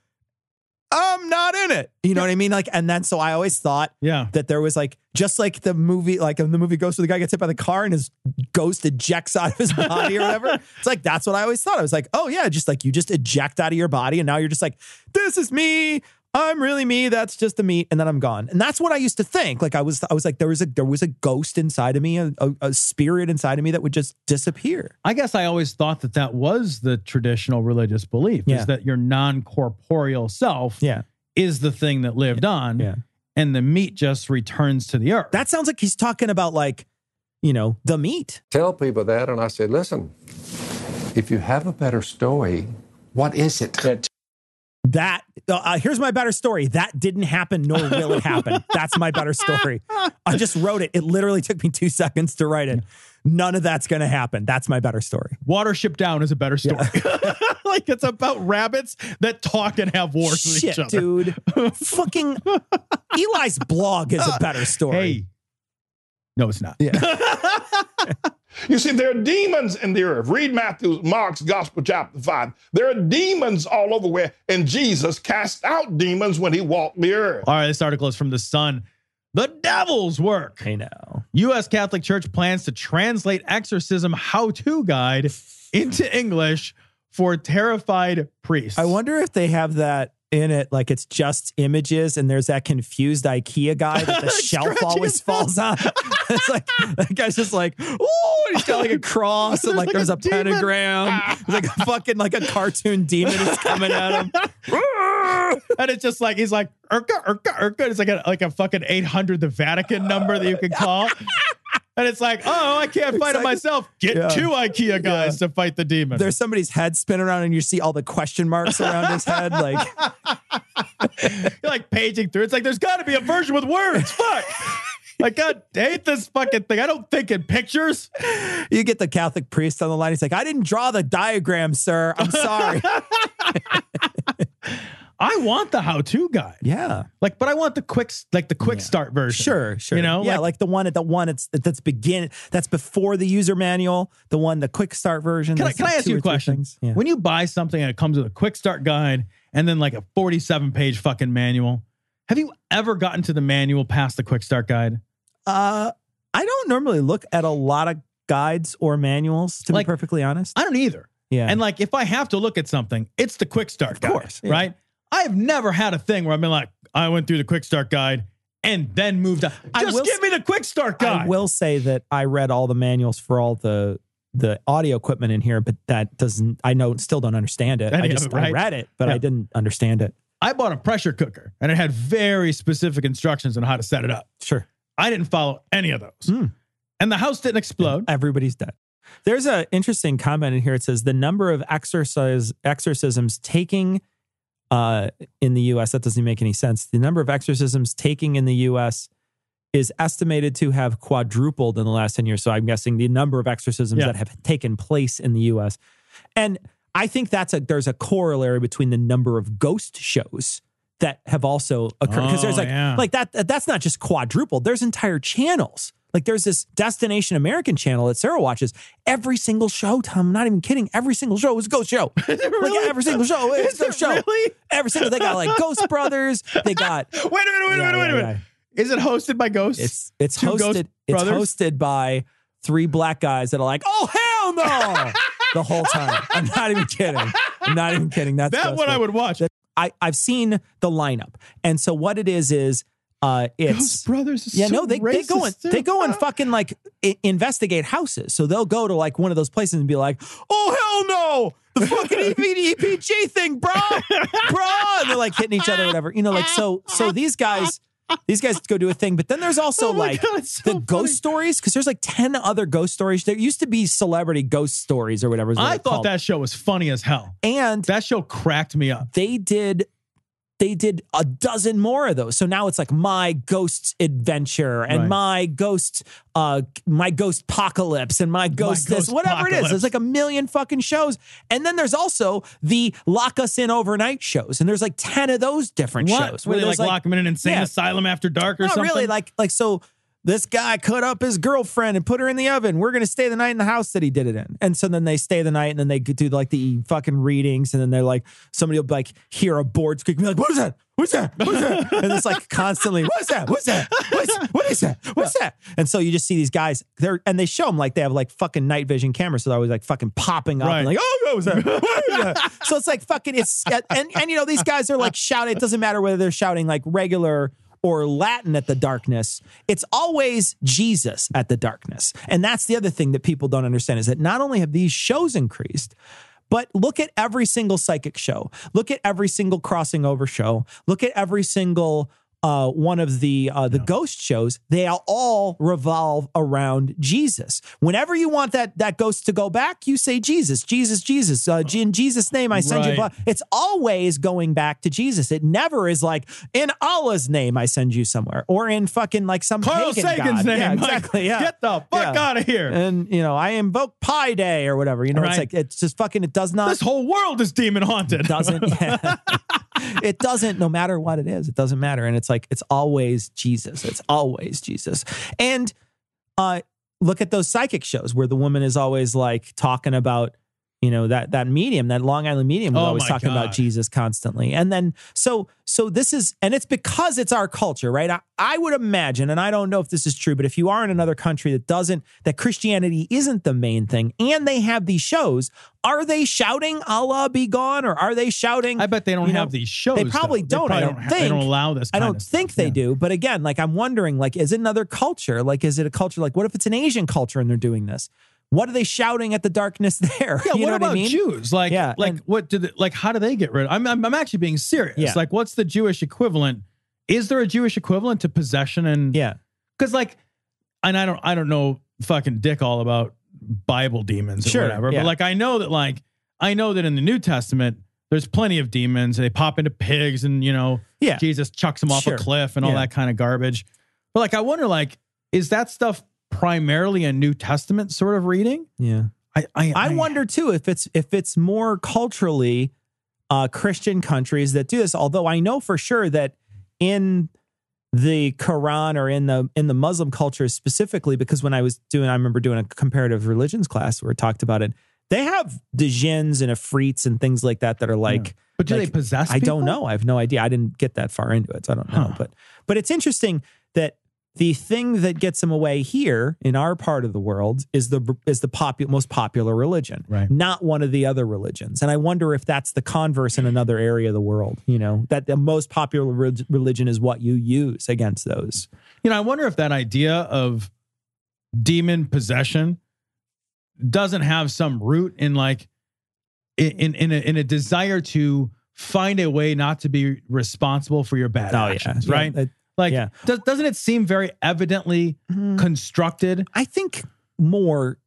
S2: I'm not in it you know what I mean like and then so I always thought
S1: Yeah.
S2: that there was like just like the movie, like in the movie Ghost, where the guy gets hit by the car and his ghost ejects out of his body or whatever. It's like that's what I always thought. I was like, oh yeah, just like you just eject out of your body, and now you're just like, this is me. I'm really me. That's just the meat, and then I'm gone. And that's what I used to think. Like I was, I was like, there was a there was a ghost inside of me, a, a, a spirit inside of me that would just disappear.
S1: I guess I always thought that that was the traditional religious belief
S2: Yeah.
S1: is that your non corporeal self
S2: Yeah,
S1: is the thing that lived on,
S2: Yeah.
S1: and the meat just returns to the earth.
S2: that sounds like he's talking about like, you know, the meat.
S5: Tell people that, and I said, listen, if you have a better story,
S6: What is it?
S2: That uh, uh, here's my better story. That didn't happen, nor will it happen. That's my better story. I just wrote it. It literally took me two seconds to write it. None of that's going to happen. That's my better story.
S1: Watership Down is a better story. like it's about rabbits that talk and have wars with
S2: Shit,
S1: each other.
S2: dude. Fucking Eli's blog is a better story.
S1: Uh, Hey. No, it's not.
S3: You see, there are demons in the earth. Read Matthew, Mark's Gospel, chapter 5. There are demons all over where, and Jesus cast out demons when he walked the earth.
S1: All right, this article is from The Sun. The devil's work.
S2: I know.
S1: U.S. Catholic Church plans to translate exorcism how to guide into English for terrified priests.
S2: I wonder if they have that in it, like it's just images, and there's that confused IKEA guy that the shelf
S1: Scratching
S2: always
S1: his head.
S2: falls on. it's like that guy's just like, oh, he's got like a cross, and
S1: There's
S2: like,
S1: like
S2: there's
S1: a
S2: a,
S1: demon.
S2: pentagram, There's, like a fucking like a cartoon demon is coming at him.
S1: and it's just like he's like Urka, Urka, Urka. It's like a like a fucking eight hundred the Vatican number that you can call. And it's like, oh, I can't fight
S2: Exactly.
S1: it myself. Get
S2: Yeah.
S1: two IKEA guys to fight the demon.
S2: There's somebody's head spin around, and you see all the question marks around his head. Like,
S1: You're like paging through. It's like there's got to be a version with words. Fuck. Like God, I hate this fucking thing. I don't think in pictures.
S2: you get the Catholic priest on the line. He's like, I didn't draw the diagram, sir. I'm sorry.
S1: I want the how-to guide.
S2: yeah.
S1: Like, but I want the quick, like the quick start version.
S2: Sure, sure.
S1: You know,
S2: yeah,
S1: like-
S2: like, the one at the one it's that's begin that's before the user manual, the one the quick start version.
S1: Can I,
S2: that's
S1: can I
S2: like
S1: ask
S2: two
S1: you
S2: or
S1: a
S2: three
S1: question?
S2: things. Yeah.
S1: When you buy something and it comes with a quick start guide and then like a 47 page fucking manual, have you ever gotten to the manual past the quick start guide?
S2: uh, I don't normally look at a lot of guides or manuals to
S1: Like-
S2: be perfectly honest.
S1: I don't either.
S2: yeah,
S1: And like, if I have to look at something, it's the quick start guide.
S2: course, yeah.
S1: Right. I've never had a thing where I've been like, I went through the quick start guide and then moved on.
S2: I
S1: Just
S2: will
S1: give me the quick start guide.
S2: I will say that I read all the manuals for all the the audio equipment in here, but that doesn't. I know still don't understand it.
S1: Any of
S2: I just
S1: it, right?
S2: I read it, but
S1: Yeah.
S2: I didn't understand it.
S1: I bought a pressure cooker and it had very specific instructions on how to set it up.
S2: Sure.
S1: I didn't follow any of those.
S2: Hmm.
S1: And the house didn't explode.
S2: Everybody's dead. There's an interesting comment in here. It says the number of exercise exorcisms taking uh, in the U.S. That doesn't make any sense. The number of exorcisms taking in the U.S. is estimated to have quadrupled in the last ten years. So I'm guessing the number of exorcisms
S1: Yeah.
S2: that have taken place in the U.S. and I think that's a there's a corollary between the number of ghost shows that have also occurred because there's
S1: Oh,
S2: like
S1: yeah.
S2: like that that's not just quadrupled. There's entire channels. Like there's this Destination American channel that Sarah watches. Every single show, Tom, I'm not even kidding. Every single show is a ghost show. Like every single show is, a ghost show.
S1: Really?
S2: Every single they got like Ghost Brothers. They got
S1: Wait a minute, wait a
S2: Yeah,
S1: minute, wait a
S2: yeah,
S1: minute. Is it hosted by ghosts?
S2: It's it's
S1: Two Ghost
S2: hosted. It's
S1: Brothers?
S2: hosted by three black guys that are like, oh hell no, the whole time. I'm not even kidding. I'm not even kidding. That's
S1: that
S2: Ghost
S1: one I
S2: Brothers.
S1: would watch.
S2: I I've seen the lineup, and so what it is is, uh, it's
S1: Ghost Brothers. Is
S2: yeah,
S1: so
S2: no, they, they go and
S1: racist,
S2: they
S1: dude.
S2: go and fucking like I- investigate houses. So they'll go to like one of those places and be like, "Oh hell no, the fucking E EPG thing, bro, bro!" And they're like hitting each other, or whatever. You know, like so. So these guys, these guys go do a thing. But then there's also
S1: Oh my
S2: like
S1: God, it's so
S2: the
S1: funny.
S2: ghost stories because there's like ten other ghost stories. There used to be celebrity ghost stories or whatever. is what
S1: I
S2: it's
S1: thought
S2: called.
S1: that show was funny as hell.
S2: and
S1: That show cracked me up.
S2: they did they did a dozen more of those. So now it's like my ghost adventure and
S1: Right.
S2: my ghost uh my ghost apocalypse and my ghost this
S1: Ghost
S2: whatever it is. There's
S1: Apocalypse.
S2: like a million fucking shows. And then there's also the lock us in overnight shows. And there's like 10 of those different
S1: What?
S2: shows.
S1: Where they like,
S2: there's,
S1: lock him in an insane
S2: Yeah.
S1: asylum after dark or
S2: not
S1: something?
S2: really like like so this guy cut up his girlfriend and put her in the oven. We're gonna stay the night in the house that he did it in. And so then they stay the night and then they do like the fucking readings and then they're like somebody will like hear a board squeak and be like, What is that? What's that? What's that? and it's like constantly, what's that? What's that? What's what is that? What's that? And so you just see these guys they're and they show them like they have like fucking night vision cameras. So they're always like fucking popping up and
S1: Right.
S2: like, oh what was that? What is that? so it's like fucking it's and and you know, these guys are like shouting. It doesn't matter whether they're shouting like regular or Latin at the darkness. It's always Jesus at the darkness. And that's the other thing that people don't understand is that not only have these shows increased, but look at every single psychic show. Look at every single crossing over show. Look at every single uh, one of the uh, the ghost shows. They are all revolve around Jesus. Whenever you want that that ghost to go back, you say Jesus, Jesus, Jesus. Uh, in Jesus' name, I send you.
S1: Right.
S2: Blah. It's always going back to Jesus. It never is like in Allah's name I send you somewhere, or in fucking like some
S1: Carl
S2: pagan
S1: Sagan's
S2: god.
S1: name.
S2: Yeah,
S1: Like,
S2: exactly. Yeah,
S1: Get the fuck
S2: Yeah.
S1: out of here.
S2: And you know, I invoke Pi Day or whatever. You know, it's
S1: Right.
S2: like it's just fucking. It does not.
S1: this whole world is demon haunted.
S2: doesn't. it doesn't. No matter what it is, it doesn't matter. And it's like it's always Jesus. It's always Jesus. And uh, look at those psychic shows where the woman is always like talking about. You know that that medium, that Long Island medium, was
S1: Oh
S2: always
S1: my
S2: talking
S1: God.
S2: about Jesus constantly, and then so so this is, and it's because it's our culture, right? I, I would imagine, and I don't know if this is true, but if you are in another country that doesn't that Christianity isn't the main thing, and they have these shows, are they shouting Allah be gone, or are they shouting?
S1: I bet they don't
S2: you know,
S1: have these shows.
S2: They probably
S1: though.
S2: don't.
S1: They
S2: I
S1: probably
S2: don't
S1: ha-
S2: think.
S1: they don't allow this.
S2: I
S1: kind of
S2: don't think
S1: stuff.
S2: they
S1: Yeah.
S2: do. But again, like I'm wondering, like, is it another culture? Like, is it a culture? Like, what if it's an Asian culture and they're doing this? What are they shouting at the darkness there?
S1: Yeah,
S2: you
S1: what
S2: know
S1: about
S2: what I mean?
S1: Jews? Like,
S2: Yeah,
S1: like
S2: and-
S1: what did it, like? How do they get rid? of I'm, I'm I'm actually being serious.
S2: Yeah.
S1: Like, what's the Jewish equivalent? Is there a Jewish equivalent to possession and
S2: Yeah.
S1: because like and i don't i don't know fucking dick all about bible demons or
S2: Sure,
S1: whatever
S2: yeah.
S1: but like i know that like i know that in the new testament there's plenty of demons they pop into pigs and you know
S2: Yeah.
S1: jesus chucks them off
S2: Sure,
S1: a cliff and all
S2: yeah.
S1: that kind of garbage but like i wonder like is that stuff primarily a new testament sort of reading
S2: Yeah.
S1: i i,
S2: I wonder too if it's if it's more culturally uh, Christian countries that do this. Although I know for sure that in the Quran or in the in the Muslim culture specifically, because when I was doing, I remember doing a comparative religions class where it talked about it. They have the jinns and afrits and things like that that are like.
S1: but do
S2: like,
S1: they possess
S2: I
S1: people?
S2: don't know. I have no idea. I didn't get that far into it. So I don't know.
S1: Huh.
S2: But but it's interesting that the thing that gets them away here in our part of the world is the is the popu- most popular religion,
S1: Right.
S2: not one of the other religions. And I wonder if that's the converse in another area of the world. You know, that the most popular re- religion is what you use against those.
S1: You know, I wonder if that idea of demon possession doesn't have some root in like in in in a, in a desire to find a way not to be responsible for your bad actions, right?
S2: Oh, Yeah, that-
S1: like,
S2: yeah.
S1: does, doesn't it seem very evidently constructed?
S2: I think more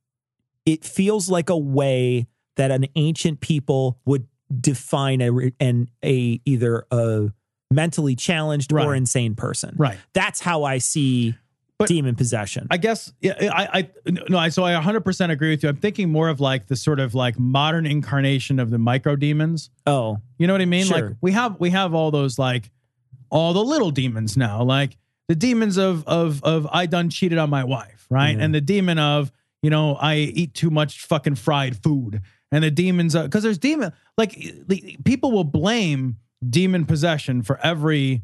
S2: it feels like a way that an ancient people would define a re- an a either a mentally challenged or
S1: Right.
S2: insane person.
S1: Right.
S2: That's how I see
S1: But-
S2: demon possession.
S1: I guess yeah, I, I no, I so I 100% agree with you. I'm thinking more of like the sort of like modern incarnation of the micro demons.
S2: oh,
S1: You know what I mean? Like
S2: Sure.
S1: we have we have all those like all the little demons now, like the demons of of of I done cheated on my wife, right?
S2: Yeah.
S1: And the demon of you know I eat too much fucking fried food, and the demons because there's e, demon like the- people will blame demon possession for every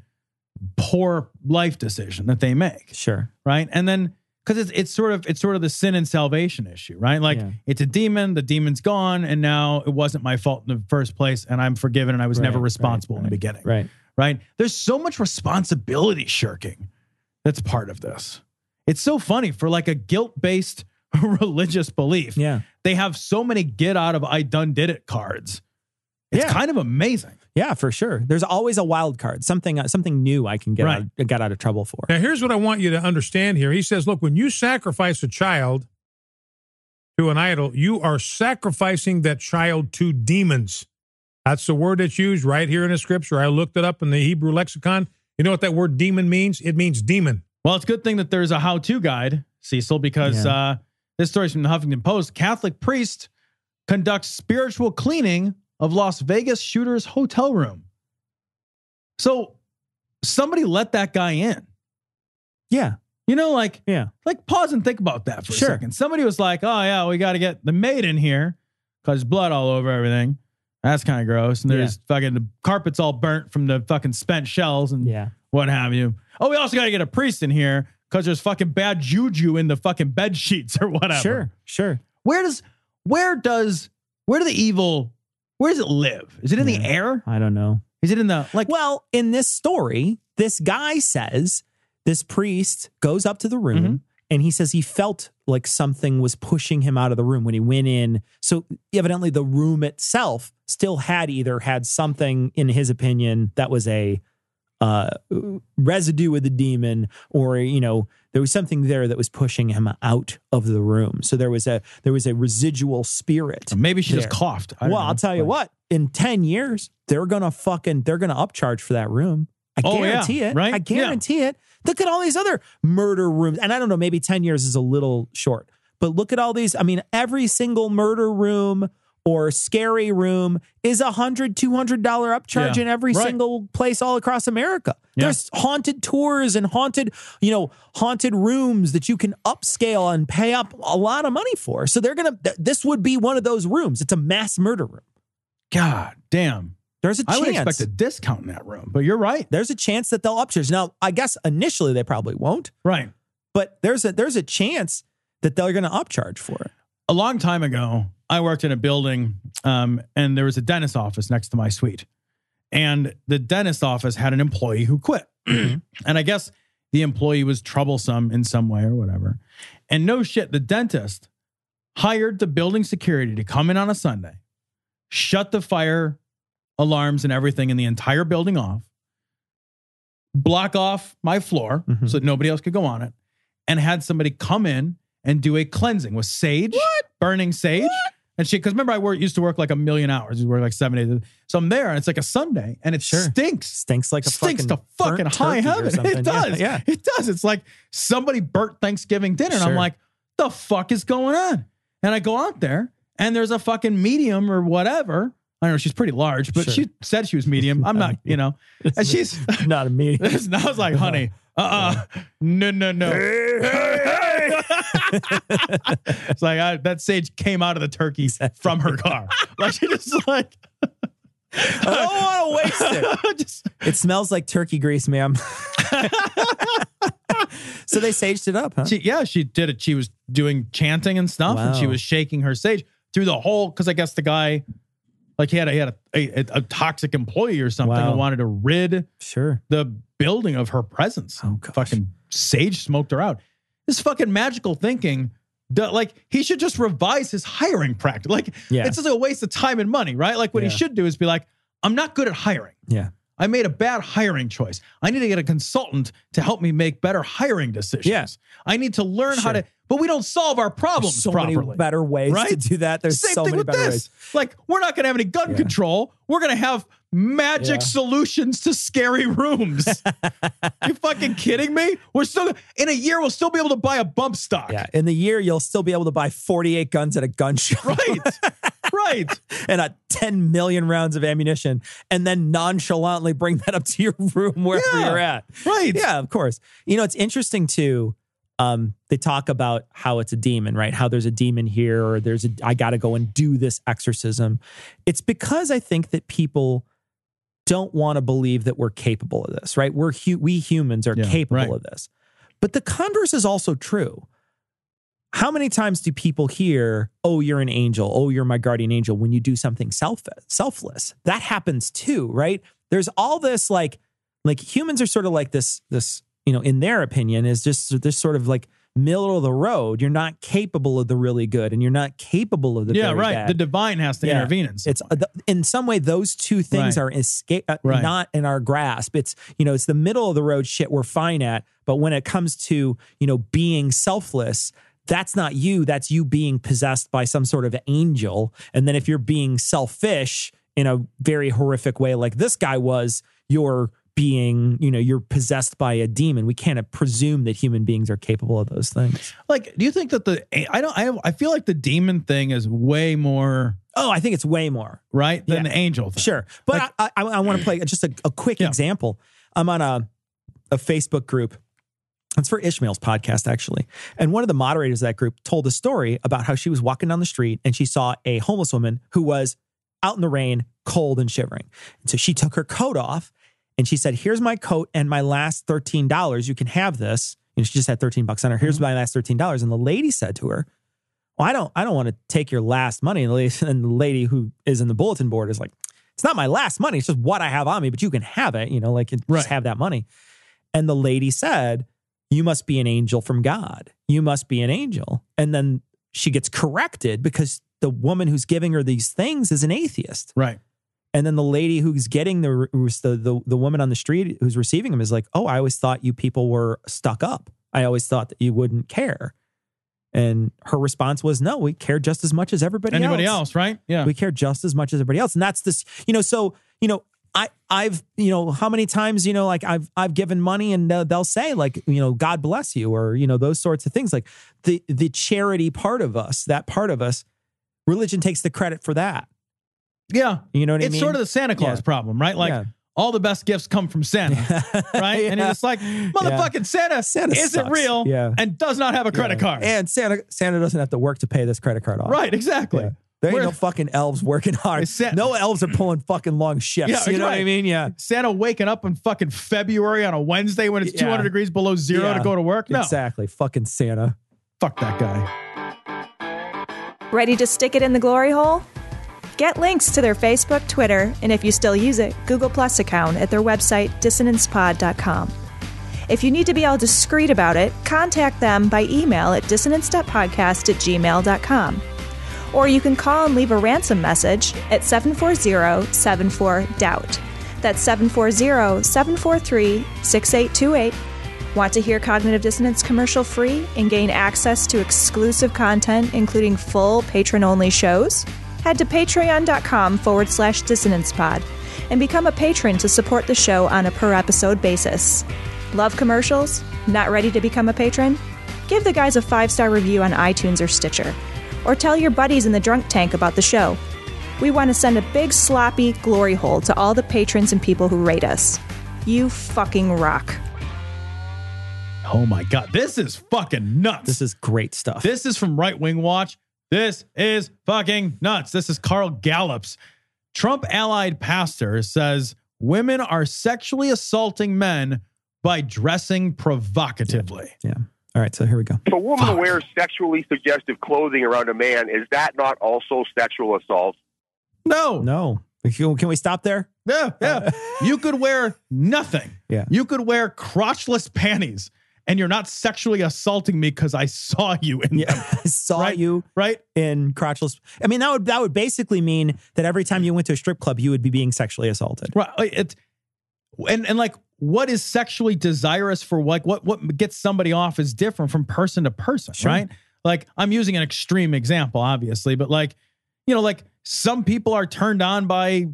S1: poor life decision that they make,
S2: Sure.
S1: right? And then because it's it's sort of it's sort of the sin and salvation issue, right? Like
S2: Yeah.
S1: it's a demon, the demon's gone, and now it wasn't my fault in the first place, and I'm forgiven, and I was
S2: Right,
S1: never
S2: right,
S1: responsible in
S2: right,
S1: the beginning,
S2: Right.
S1: right? There's so much responsibility shirking that's part of this. It's so funny for like a guilt based religious belief.
S2: Yeah.
S1: They have so many get out of I done did it cards. It's
S2: Yeah.
S1: kind of amazing.
S2: Yeah, for sure. There's always a wild card, something something new I can get
S1: Right.
S2: out, get out of trouble for.
S6: Now, here's what I want you to understand here. He says, look, when you sacrifice a child to an idol, you are sacrificing that child to demons. That's the word that's used right here in the scripture. I looked it up in the Hebrew lexicon. You know what that word demon means? It means demon.
S1: Well, it's a good thing that there's a how to guide, Cecil, because
S2: Yeah.
S1: uh, this story's from the Huffington Post. Catholic priest conducts spiritual cleaning of Las Vegas shooter's hotel room. So somebody let that guy in.
S2: Yeah.
S1: You know, like
S2: Yeah.
S1: like pause and think about that for
S2: Sure.
S1: a second. Somebody was like, "Oh yeah, we got to get the maid in here because blood all over everything." That's kind of gross. And there's fucking the carpet's all burnt from the fucking spent shells and
S2: Yeah.
S1: what have you. Oh, we also got to get a priest in here because there's fucking bad juju in the fucking bed sheets or whatever.
S2: Sure. Sure.
S1: Where does where does where do the evil where does it live? Is it in the
S2: Yeah.
S1: air?
S2: I don't know.
S1: Is it in the like?
S2: Well, in this story, this guy says this priest goes up to the room
S1: Mm-hmm.
S2: and he says he felt like something was pushing him out of the room when he went in. So evidently the room itself still had either had something in his opinion that was a uh, residue of the demon or you know there was something there that was pushing him out of the room. So there was a there was a residual spirit
S1: Maybe she
S2: there.
S1: just coughed. I don't
S2: well,
S1: know.
S2: I'll tell you
S1: Like-
S2: what, in 10 years, they're going to fucking, they're going to upcharge for that room. I
S1: Oh, yeah,
S2: guarantee it.
S1: right?
S2: I guarantee it. Look at all these other murder rooms. And I don't know, maybe 10 years is a little short, but look at all these. I mean, every single murder room or scary room is a hundred, two hundred dollar upcharge
S1: Yeah,
S2: in every
S1: right.
S2: single place all across America.
S1: Yeah.
S2: There's haunted tours and haunted, you know, haunted rooms that you can upscale and pay up a lot of money for. So they're gonna. Th- this would be one of those rooms. It's a mass murder room.
S1: God damn.
S2: There's a
S1: I would
S2: chance.
S1: expect a discount in that room, but you're right.
S2: there's a chance that they'll upcharge. Now, I guess initially they probably won't,
S1: Right.
S2: but there's a there's a chance that they're gonna upcharge for it.
S1: a long time ago, I worked in a building um, and there was a dentist's office next to my suite. And the dentist's office had an employee who quit. and I guess the employee was troublesome in some way or whatever. And no shit, the dentist hired the building security to come in on a Sunday, shut the fire alarms and everything in the entire building off, block off my floor
S2: Mhm.
S1: so that nobody else could go on it, and had somebody come in and do a cleansing with sage, burning sage. And she, because remember, I work, used to work like a million hours. You work like seven days. So I'm there, and it's like a Sunday, and it
S2: Sure.
S1: stinks
S2: Stinks like a
S1: stinks
S2: fucking
S1: to fucking
S2: burnt
S1: high
S2: turkey or
S1: heaven.
S2: something.
S1: It does.
S2: Yeah, yeah.
S1: It does. It's like somebody burnt Thanksgiving dinner. And I'm
S2: Sure.
S1: like, the fuck is going on? And I go out there and there's a fucking medium or whatever. I don't know. She's pretty large, but
S2: Sure.
S1: she said she was medium. I'm not, you know. And she's,
S2: Not a meeting.
S1: and I was like, honey, uh uh no, no, no. it's like I, that sage came out of the turkey from her car. Like she just like,
S2: I don't want to waste it.
S1: just,
S2: It smells like turkey grease, ma'am. so they saged it up, huh?
S1: She, yeah, she did it. She was doing chanting and stuff, and she
S2: Wow.
S1: was shaking her sage through the whole. Because I guess the guy, like, he had a, he had a, a, a toxic employee or something
S2: Wow.
S1: and wanted to rid
S2: sure.
S1: the building of her presence.
S2: Oh, gosh.
S1: Fucking sage smoked her out. This fucking magical thinking. duh, Like he should just revise his hiring practice. Like
S2: Yeah.
S1: it's just a waste of time and money, right? Like what he
S2: Yeah.
S1: should do is be like, I'm not good at hiring.
S2: Yeah.
S1: I made a bad hiring choice. I need to get a consultant to help me make better hiring decisions.
S2: Yeah.
S1: I need to learn how
S2: Sure.
S1: to, but we don't solve our problems
S2: There's so
S1: properly.
S2: many better ways to
S1: right?
S2: do that. There's
S1: Same
S2: so
S1: thing
S2: many
S1: with
S2: better
S1: this.
S2: ways.
S1: Like, we're not going to have any gun control. We're going to have magic
S2: Yeah.
S1: solutions to scary rooms. you fucking kidding me? We're still in a year. We'll still be able to buy a bump stock.
S2: Yeah. In the year, you'll still be able to buy 48 guns at a gun shop
S1: Right. right.
S2: and a 10 million rounds of ammunition, and then nonchalantly bring that up to your room wherever
S1: Yeah.
S2: you're at.
S1: Right.
S2: Yeah, of course. You know, it's interesting too. Um, they talk about how it's a demon, right? How there's a demon here, or there's a I gotta go and do this exorcism. It's because I think that people don't want to believe that we're capable of this, right? We're hu- we humans are
S1: Yeah,
S2: capable
S1: right.
S2: of this. But the converse is also true. How many times do people hear, "Oh, you're an angel. Oh, you're my guardian angel" when you do something self selfless? That happens too, right? There's all this like like humans are sort of like this this, you know, in their opinion is just this sort of like middle of the road. You're not capable of the really good and you're not capable of the
S1: yeah,
S2: very
S1: right.
S2: bad.
S1: The divine has to
S2: Yeah.
S1: intervene. In some
S2: It's
S1: way.
S2: uh, th- in some way those two things
S1: Right.
S2: are escape, uh,
S1: Right.
S2: not in our grasp. It's you know it's the middle of the road shit we're fine at, but when it comes to you know being selfless, that's not you. That's you being possessed by some sort of angel. And then if you're being selfish in a very horrific way, like this guy was, you're being you know you're possessed by a demon. We can't uh, presume that human beings are capable of those things.
S1: like, do you think that the I don't I I feel like the demon thing is way more
S2: Oh, I think it's way more.
S1: right than
S2: Yeah.
S1: the angel thing.
S2: Sure, but I, I, I want to play just a, a quick
S1: Yeah.
S2: example. I'm on a a Facebook group. It's for Ishmael's podcast, actually. And one of the moderators of that group told a story about how she was walking down the street and she saw a homeless woman who was out in the rain, cold and shivering. And so she took her coat off and she said, Here's my coat and my last $13. You can have this. And she just had 13 bucks on her. Here's my last $13. And the lady said to her, Well, I don't, I don't want to take your last money. And the lady, and the lady who is in the bulletin board is like, It's not my last money. It's just what I have on me, but you can have it. You know, like
S1: Right.
S2: just have that money. And the lady said, You must be an angel from God. You must be an angel. And then she gets corrected because the woman who's giving her these things is an atheist.
S1: Right.
S2: And then the lady who's getting the who's the, the the woman on the street who's receiving them is like, "Oh, I always thought you people were stuck up. I always thought that you wouldn't care." And her response was, "No, we care just as much as everybody
S1: Anybody else? right? Yeah.
S2: we care just as much as everybody else and that's this you know so you know i i've you know how many times you know like i've i've given money and uh, they'll say like you know god bless you or you know those sorts of things like the the charity part of us that part of us religion takes the credit for that
S1: yeah.
S2: you know what
S1: It's
S2: i mean
S1: sort of the Santa Claus
S2: Yeah.
S1: problem, right? Like
S2: Yeah.
S1: all the best gifts come from Santa, right? And
S2: Yeah.
S1: it's like motherfucking Santa,
S2: Santa
S1: isn't
S2: sucks.
S1: real
S2: Yeah.
S1: and does not have a credit card.
S2: and santa santa doesn't have to work to pay this credit card off
S1: right, exactly.
S2: Yeah. there ain't
S1: Where-
S2: no fucking elves working hard.
S1: It's Santa-
S2: No elves are pulling fucking long shifts.
S1: Yeah,
S2: you know what I
S1: right.
S2: mean? Yeah.
S1: Santa waking up in fucking February on a Wednesday when it's
S2: Yeah.
S1: 200 degrees below Oh, zero
S2: Yeah.
S1: to go to work? No.
S2: Exactly. Fucking Santa.
S1: Fuck that guy.
S7: Ready to stick it in the glory hole? Get links to their Facebook, Twitter, and if you still use it, Google Plus account at their website, dissonancepod.com. If you need to be all discreet about it, contact them by email at dissonance.podcast at gmail.com. Or you can call and leave a ransom message at 740-74-DOUBT. That's 740-743-6828. Want to hear Cognitive Dissonance commercial free and gain access to exclusive content, including full patron only shows? Head to patreon.com forward slash dissonance pod and become a patron to support the show on a per episode basis. Love commercials? Not ready to become a patron? Give the guys a five star review on iTunes or Stitcher. Or tell your buddies in the drunk tank about the show. We want to send a big sloppy glory hole to all the patrons and people who rate us. You fucking rock.
S1: Oh my God. This is fucking nuts.
S2: This is great stuff.
S1: This is from Right Wing Watch. This is fucking nuts. This is Carl Gallup's. Trump allied pastor says women are sexually assaulting men by dressing provocatively.
S2: yeah. All right. So here we go.
S8: If a woman
S2: Fuck.
S8: wears sexually suggestive clothing around a man, is that not also sexual assault?
S1: No, no,
S2: No. Can can we stop there? Uh,
S1: yeah, yeah. you could wear nothing.
S2: Yeah.
S1: You could wear crotchless panties and you're not sexually assaulting me because I saw you in
S2: Yeah,
S1: them,
S2: I saw
S1: Right.
S2: you
S1: right?
S2: in crotchless. I mean, that would that would basically mean that every time you went to a strip club, you would be being sexually assaulted.
S1: Right. like, It's and and like what is sexually desirous for like what what gets somebody off is different from person to person,
S2: Sure.
S1: right? Like I'm using an extreme example, obviously, but like you know, like some people are turned on by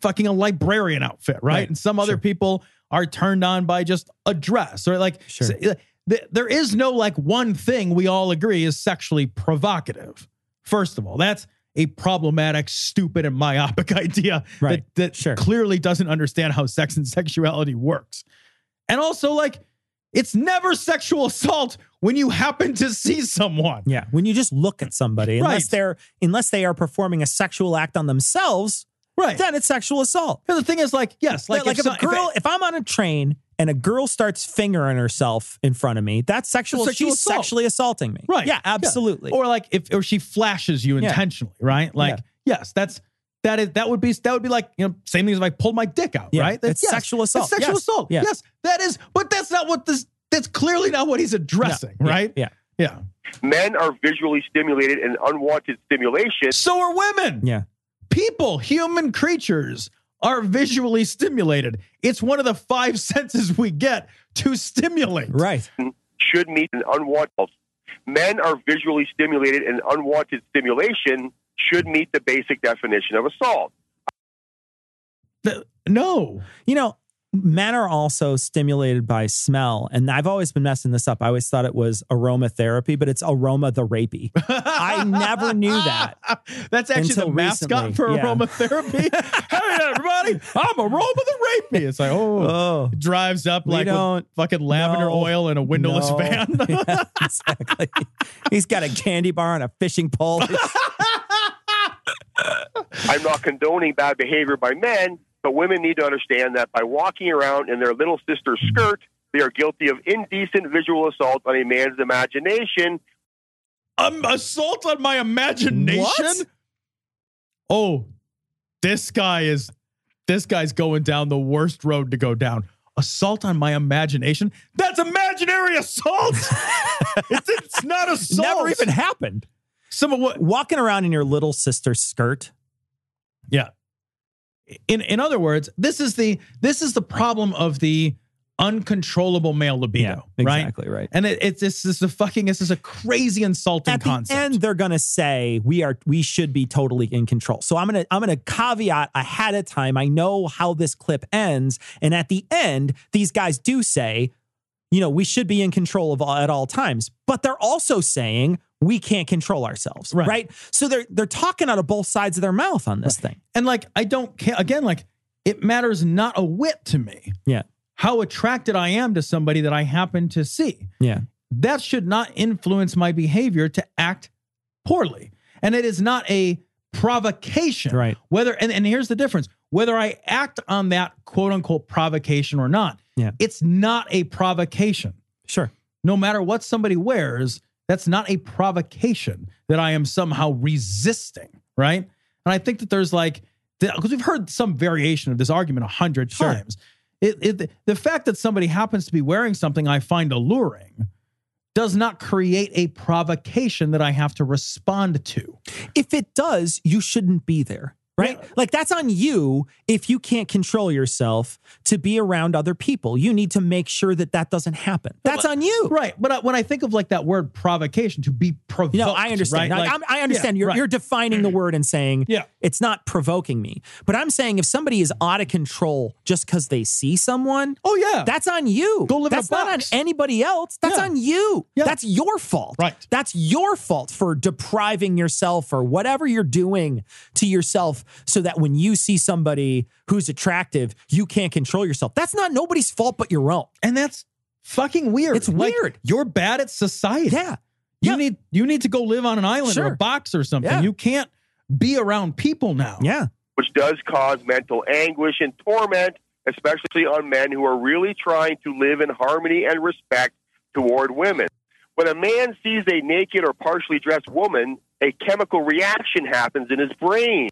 S1: fucking a librarian outfit, right?
S2: Right.
S1: And some other
S2: Sure.
S1: people are turned on by just a dress, or like
S2: Sure.
S1: s- th- there is no like one thing we all agree is sexually provocative. First of all, that's a problematic, stupid, and myopic idea
S2: Right.
S1: that, that
S2: Sure.
S1: clearly doesn't understand how sex and sexuality works. And also, like, it's never sexual assault when you happen to see someone.
S2: Yeah, when you just look at somebody, unless
S1: Right.
S2: they're unless they are performing a sexual act on themselves,
S1: Right.
S2: Then it's sexual assault.
S1: And the thing is, like, yes, like,
S2: Like, if,
S1: some-
S2: a girl, if, I'm on a train and a girl starts fingering herself in front of me, that's sexual.
S1: That's sexual
S2: she's
S1: assault.
S2: sexually assaulting me.
S1: Right.
S2: Yeah, absolutely.
S1: Or like if or she flashes you
S2: Yeah.
S1: intentionally, right? Like, yes, that's that is that would be that would be like, you know, same thing as if I pulled my dick out,
S2: Yeah.
S1: right?
S2: It's sexual
S1: that's
S2: assault.
S1: sexual
S2: Yes.
S1: assault.
S2: Yeah.
S1: Yes. That is, but that's not what this that's clearly not what he's addressing,
S2: Yeah.
S1: right?
S2: Yeah.
S1: Yeah.
S8: Men are visually stimulated and unwanted stimulation.
S1: So are women.
S2: Yeah.
S1: People, human creatures are visually stimulated. It's one of the five senses we get to stimulate.
S2: Right.
S8: should meet an unwanted. Men are visually stimulated, and unwanted stimulation should meet the basic definition of assault.
S1: Th- no.
S2: You know, men are also stimulated by smell. And I've always been messing this up. I always thought it was aromatherapy, but it's aroma the rapey. I never knew that.
S1: That's actually the
S2: Until
S1: mascot
S2: recently,
S1: for
S2: yeah.
S1: aromatherapy. hey, everybody, I'm aroma the rapey. It's like, oh,
S2: Oh.
S1: drives up
S2: We
S1: like with
S2: don't-
S1: fucking lavender
S2: no,
S1: oil in a windowless
S2: no.
S1: van.
S2: Yeah, exactly. He's got a candy bar and a fishing pole.
S8: I'm not condoning bad behavior by men, but women need to understand that by walking around in their little sister's skirt, they are guilty of indecent visual assault on a man's imagination.
S1: um, assault on my imagination.
S2: What?
S1: Oh, this guy is this guy's going down the worst road to go down. Assault on my imagination. That's imaginary assault. it's, it's not assault.
S2: Never even happened.
S1: Someone what?
S2: Walking around in your little sister's skirt.
S1: Yeah. In in other words, this is the this is the problem of the uncontrollable male libido, right?
S2: exactly right.
S1: And it, it's this is a fucking this is a crazy insulting
S2: At the
S1: concept.
S2: end, they're gonna say we are we should be totally in control. So I'm gonna I'm gonna caveat ahead of time. I know how this clip ends, and at the end, these guys do say, you know, we should be in control of all, at all times. But they're also saying we can't control ourselves,
S1: Right.
S2: right? So they're they're talking out of both sides of their mouth on this thing.
S1: and like I don't care again, like it matters not a whit to me
S2: Yeah,
S1: how attracted I am to somebody that I happen to see.
S2: yeah.
S1: that should not influence my behavior to act poorly. And it is not a provocation.
S2: Right.
S1: Whether and, and here's the difference. Whether I act on that quote unquote provocation or not.
S2: Yeah.
S1: It's not a provocation.
S2: Sure.
S1: No matter what somebody wears, that's not a provocation that I am somehow resisting. Right. And I think that there's like because we've heard some variation of this argument a hundred
S2: Sure.
S1: times. It, it the fact that somebody happens to be wearing something I find alluring does not create a provocation that I have to respond to.
S2: If it does, you shouldn't be there. Right? Like that's on you if you can't control yourself to be around other people. You need to make sure that that doesn't happen. That's on you.
S1: Right. But I, when I think of like that word provocation, to be provoked.
S2: You know, I understand.
S1: right?
S2: Like,
S1: Like,
S2: I'm- I understand.
S1: yeah,
S2: you're,
S1: right.
S2: you're defining the word and saying
S1: Yeah.
S2: it's not provoking me. But I'm saying if somebody is out of control just because they see someone,
S1: Oh yeah.
S2: that's on you.
S1: Go live in a
S2: That's not
S1: box.
S2: on anybody else. That's
S1: Yeah.
S2: on you.
S1: Yeah.
S2: That's your fault.
S1: Right.
S2: That's your fault for depriving yourself or whatever you're doing to yourself so that when you see somebody who's attractive, you can't control yourself. That's not nobody's fault but your own.
S1: and that's fucking weird.
S2: It's
S1: Like,
S2: weird.
S1: you're bad at society.
S2: Yeah.
S1: You
S2: Yeah.
S1: need you need to go live on an island or
S2: Sure.
S1: a box or something.
S2: Yeah.
S1: You can't be around people now.
S2: Yeah.
S8: which does cause mental anguish and torment, especially on men who are really trying to live in harmony and respect toward women. When a man sees a naked or partially dressed woman, a chemical reaction happens in his brain.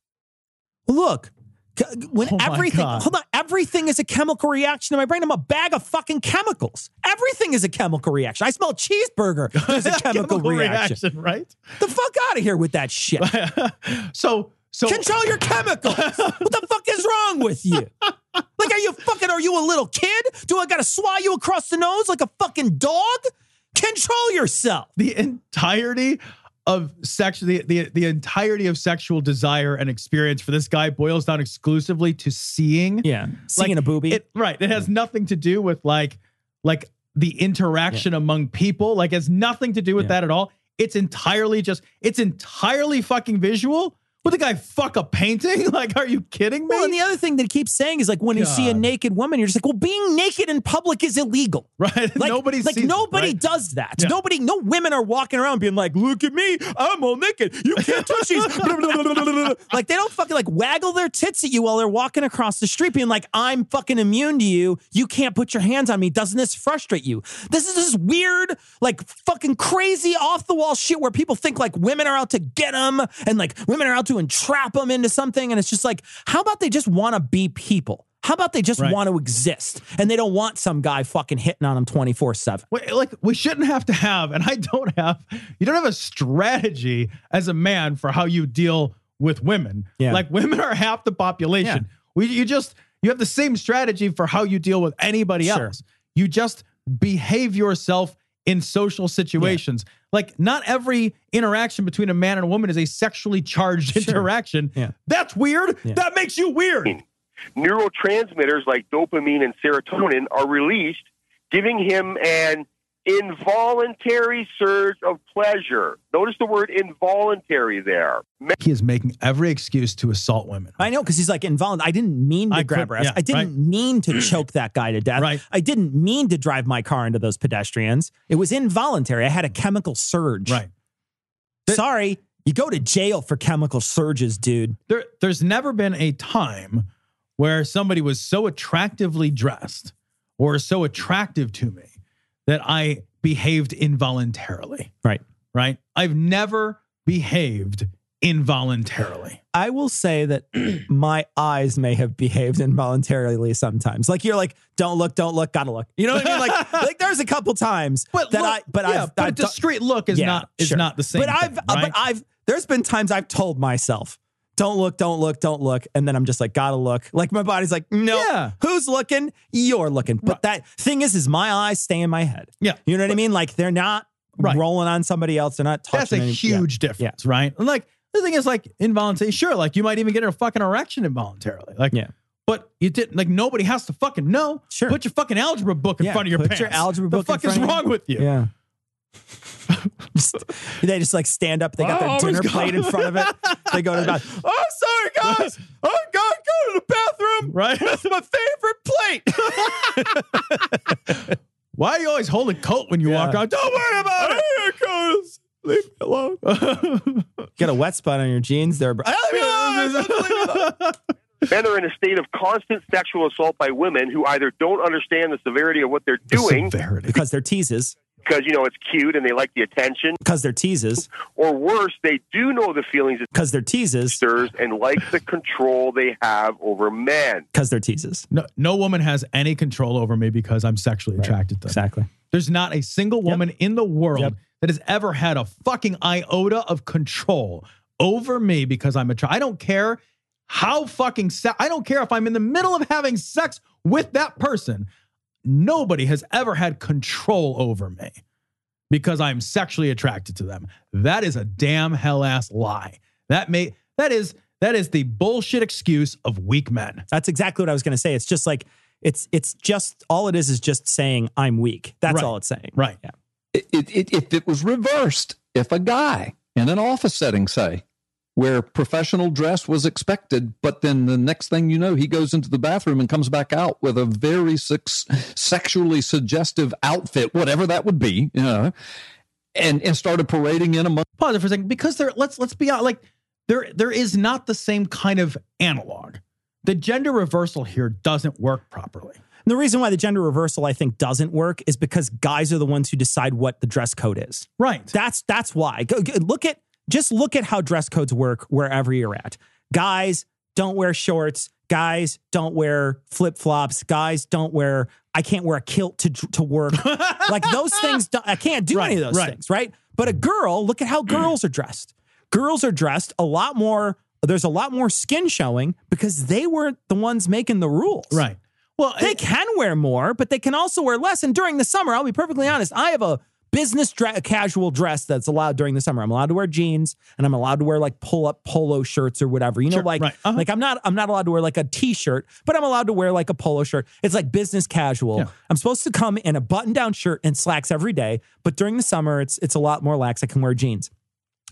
S2: Look, c- when
S1: Oh my
S2: everything,
S1: God.
S2: hold on, everything is a chemical reaction in my brain. I'm a bag of fucking chemicals. Everything is a chemical reaction. I smell cheeseburger. There's a chemical, reaction.
S1: right?
S2: The fuck out of here with that shit.
S1: so so
S2: Control your chemicals. what the fuck is wrong with you? Like, are you fucking, are you a little kid? Do I gotta swat you across the nose like a fucking dog? Control yourself.
S1: the entirety of sexual the, the the entirety of sexual desire and experience for this guy boils down exclusively to seeing.
S2: Yeah.
S1: Like,
S2: Seeing a booby.
S1: It, right. It has nothing to do with like like the interaction among people. Like it has nothing to do with
S2: Yeah.
S1: that at all. It's entirely just it's entirely fucking visual Would the guy fuck a painting? Like, are you kidding me?
S2: Well, and the other thing that he keeps saying is like when you see a
S1: God.
S2: naked woman, you're just like, well, being naked in public is illegal.
S1: right?
S2: Like,
S1: nobody
S2: like
S1: sees it,
S2: nobody
S1: right?
S2: does that.
S1: Yeah.
S2: Nobody, no women are walking around being like, "Look at me, I'm all naked. You can't touch these." Blah, blah, blah, blah, blah, blah. like they don't fucking like waggle their tits at you while they're walking across the street, being like, "I'm fucking immune to you. You can't put your hands on me." Doesn't this frustrate you? This is this weird, like fucking crazy, off the wall shit where people think like women are out to get them and like women are out to entrap them into something, and it's just like, how about they just want to be people? How about they just
S1: Right.
S2: want to exist and they don't want some guy fucking hitting on them 24 7?
S1: Wait, like we shouldn't have to have and i don't have you don't have a strategy as a man for how you deal with women
S2: Yeah.
S1: like women are half the population we, you just you have the same strategy for how you deal with anybody
S2: Sure.
S1: else you just behave yourself in social situations like not every interaction between a man and a woman is a sexually charged interaction
S2: Yeah.
S1: that's weird
S2: Yeah.
S1: that makes you weird
S8: Hmm. neurotransmitters like dopamine and serotonin are released, giving him an involuntary surge of pleasure. Notice the word involuntary there. Men
S1: he is making every excuse to assault women
S2: I know because he's like involuntary. I didn't mean to
S1: I
S2: grab
S1: could-
S2: her ass.
S1: yeah,
S2: I didn't
S1: right.
S2: mean to choke that guy to death.
S1: Right.
S2: I didn't mean to drive my car into those pedestrians. It was involuntary. I had a chemical surge.
S1: right
S2: Sorry. You go to jail for chemical surges, dude.
S1: there, there's never been a time where somebody was so attractively dressed or so attractive to me that I behaved involuntarily.
S2: Right.
S1: Right. I've never behaved involuntarily.
S2: I will say that my eyes may have behaved involuntarily sometimes. Like you're like, don't look, don't look, gotta look. You know what I mean? Like, like there's a couple times that
S1: look-
S2: I, but
S1: yeah,
S2: I've,
S1: but
S2: I've
S1: a discreet look is
S2: Yeah,
S1: not is
S2: sure.
S1: not the same.
S2: But I've
S1: thing,
S2: uh,
S1: right?
S2: but I've there's been times I've told myself, don't look, don't look, don't look, and then I'm just like, gotta look. Like my body's like, no,
S1: Yeah.
S2: who's looking? You're looking. But that thing is, is my eyes stay in my head.
S1: Yeah.
S2: you know what I mean. Like they're not
S1: Right.
S2: rolling on somebody else. They're not touching.
S1: that's a
S2: any- yeah.
S1: huge difference, right? And like the thing is like involuntary, sure, like you might even get a fucking erection involuntarily. Like
S2: Yeah.
S1: But you didn't like nobody has to fucking know.
S2: Sure.
S1: Put your fucking algebra book in
S2: Yeah,
S1: front of your
S2: put
S1: pants.
S2: your algebra
S1: the
S2: book in
S1: fuck
S2: front
S1: is
S2: of you.
S1: wrong with you?
S2: Yeah. Just- they just like stand up. They
S1: Oh,
S2: got their
S1: my
S2: dinner
S1: God.
S2: plate in front of it. They go to the bathroom. Oh, sorry, guys. Oh, God, go to the bathroom.
S1: Right?
S2: That's my favorite plate.
S1: Why do you always hold a coat when you
S2: Yeah.
S1: walk out? Don't worry about it. Leave me alone.
S2: Got a wet spot on your jeans there, bro.
S8: men are in a state of constant sexual assault by women who either don't understand the severity of what they're doing
S1: Severity.
S2: because they're teases.
S8: because, you know, it's cute and they like the attention,
S2: Because they're teases.
S8: or worse, they do know the feelings it
S2: Because they're teases.
S8: stirs and like the control they have over men.
S2: Because they're teases.
S1: No, no woman has any control over me because I'm sexually attracted to them.
S2: Exactly.
S1: There's not a single woman in the world
S2: Yep.
S1: that has ever had a fucking iota of control over me because I'm a child. I don't care how fucking se- I don't care if I'm in the middle of having sex with that person. Nobody has ever had control over me because I'm sexually attracted to them. That is a damn hell ass lie. That may that is that is the bullshit excuse of weak men.
S2: That's exactly what I was going to say. It's just like it's it's just all it is is just saying I'm weak. That's
S1: Right.
S2: all it's saying.
S1: Right.
S2: Yeah.
S9: it, it, it, if it was reversed, if a guy in an office setting, say, where professional dress was expected, but then the next thing you know, he goes into the bathroom and comes back out with a very sex- sexually suggestive outfit, whatever that would be, you know, and, and started parading in among.
S1: pause it for a second because there let's let's be honest like there there is not the same kind of analog the gender reversal here doesn't work properly
S2: And the reason why the gender reversal I think doesn't work is because guys are the ones who decide what the dress code is.
S1: right
S2: That's that's why. Go, go- look at just look at how dress codes work wherever you're at. Guys don't wear shorts. Guys don't wear flip flops. Guys don't wear. I can't wear a kilt to to work. like those things. Don't, I can't do any of those
S1: right.
S2: things. Right. But a girl. Look at how girls are dressed. Girls are dressed a lot more. There's a lot more skin showing because they weren't the ones making the rules.
S1: right well
S2: They
S1: it-
S2: can wear more, but they can also wear less. And during the summer, I'll be perfectly honest, I have a business dre- casual dress that's allowed during the summer. I'm allowed to wear jeans and I'm allowed to wear like pull up polo shirts or whatever. You know,
S1: Sure,
S2: like
S1: right. Uh-huh.
S2: like I'm not I'm not allowed to wear like a t-shirt, but I'm allowed to wear like a polo shirt. It's like business casual.
S1: Yeah.
S2: I'm supposed to come in a button down shirt and slacks every day, but during the summer, it's it's a lot more lax. I can wear jeans.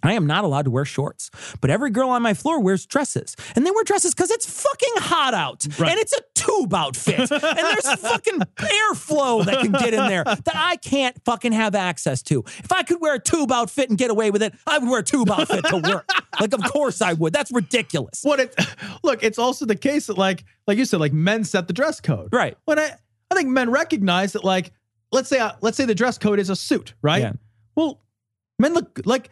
S2: I am not allowed to wear shorts, but every girl on my floor wears dresses, and they wear dresses because it's fucking hot out,
S1: Right.
S2: and it's a tube outfit, and there's fucking airflow that can get in there that I can't fucking have access to. If I could wear a tube outfit and get away with it, I would wear a tube outfit to work. like, of course I would. That's ridiculous.
S1: What it look, it's also the case that like like you said, like men set the dress code.
S2: Right.
S1: When I I think men recognize that like let's say uh, let's say the dress code is a suit, right?
S2: Yeah.
S1: Well, men look like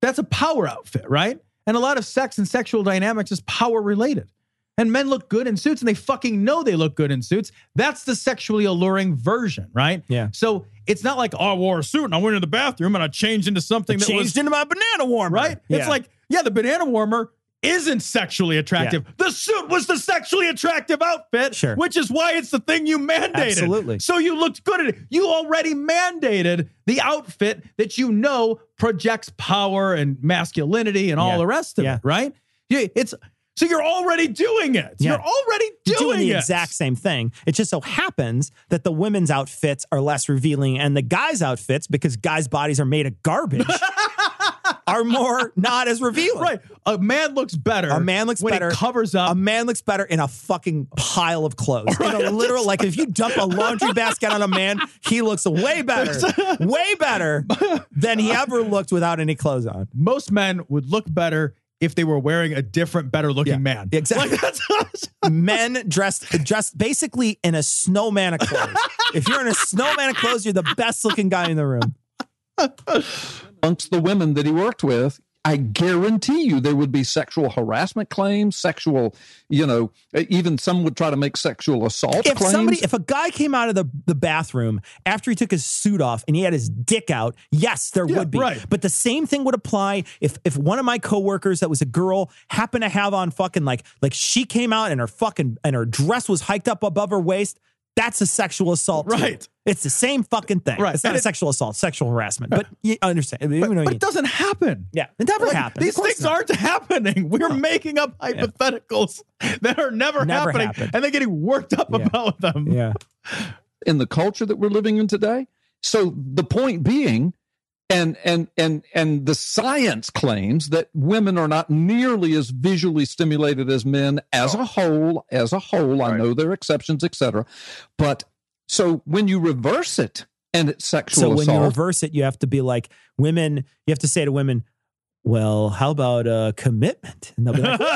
S1: that's a power outfit, right? And a lot of sex and sexual dynamics is power related. And men look good in suits and they fucking know they look good in suits. That's the sexually alluring version, right?
S2: Yeah.
S1: So it's not like, oh, I wore a suit and I went into the bathroom and I changed into something that was
S2: into my banana warmer,
S1: right? It's like, yeah, the banana warmer isn't sexually attractive. The suit was the sexually attractive outfit,
S2: Sure.
S1: which is why it's the thing you mandated.
S2: Absolutely.
S1: So you looked good at it. You already mandated the outfit that you know projects power and masculinity and all
S2: Yeah.
S1: the rest of
S2: Yeah.
S1: it, right? Yeah, it's so you're already doing it.
S2: Yeah.
S1: You're already doing,
S2: doing, the
S1: it.
S2: exact same thing. It just so happens that the women's outfits are less revealing and the guys' outfits, because guys' bodies are made of garbage, are more not as revealing.
S1: Right. A man looks better.
S2: A man looks
S1: when
S2: better.
S1: He covers up.
S2: A man looks better in a fucking pile of clothes. In a literal, like if you dump a laundry basket on a man, he looks way better, way better than he ever looked without any clothes on.
S1: Most men would look better if they were wearing a different, better looking man.
S2: Exactly.
S1: Like that's
S2: men dressed dressed basically in a snowman of clothes. if you're in a snowman of clothes, you're the best looking guy in the room.
S9: amongst the women that he worked with, I guarantee you there would be sexual harassment claims, sexual, you know, even some would try to make sexual assault
S2: If
S9: claims.
S2: somebody, if a guy came out of the, the bathroom after he took his suit off and he had his dick out, yes, there
S1: Yeah,
S2: would be.
S1: right.
S2: But the same thing would apply if if one of my coworkers that was a girl happened to have on fucking like like she came out and her fucking and her dress was hiked up above her waist. That's a sexual assault. too.
S1: Right.
S2: It's the same fucking thing.
S1: Right.
S2: It's not
S1: And
S2: a
S1: it-
S2: sexual assault, sexual harassment. But you understand. you know what I
S1: but,
S2: mean.
S1: it doesn't happen.
S2: yeah. It never
S1: Like,
S2: happens.
S1: These
S2: Of course
S1: things
S2: not.
S1: aren't happening. We're making up hypotheticals that are never,
S2: Never
S1: happening,
S2: happened.
S1: and they're getting worked up
S2: Yeah.
S1: about them.
S2: Yeah.
S9: in the culture that we're living in today. So the point being, and and and and the science claims that women are not nearly as visually stimulated as men as a whole. As a whole, I
S8: Right.
S9: know there are exceptions, etc. But so when you reverse it and it's sexual
S2: so when
S9: assault,
S2: you reverse it, you have to be like women. You have to say to women, "Well, how about a commitment?" And they'll be like, "Woo,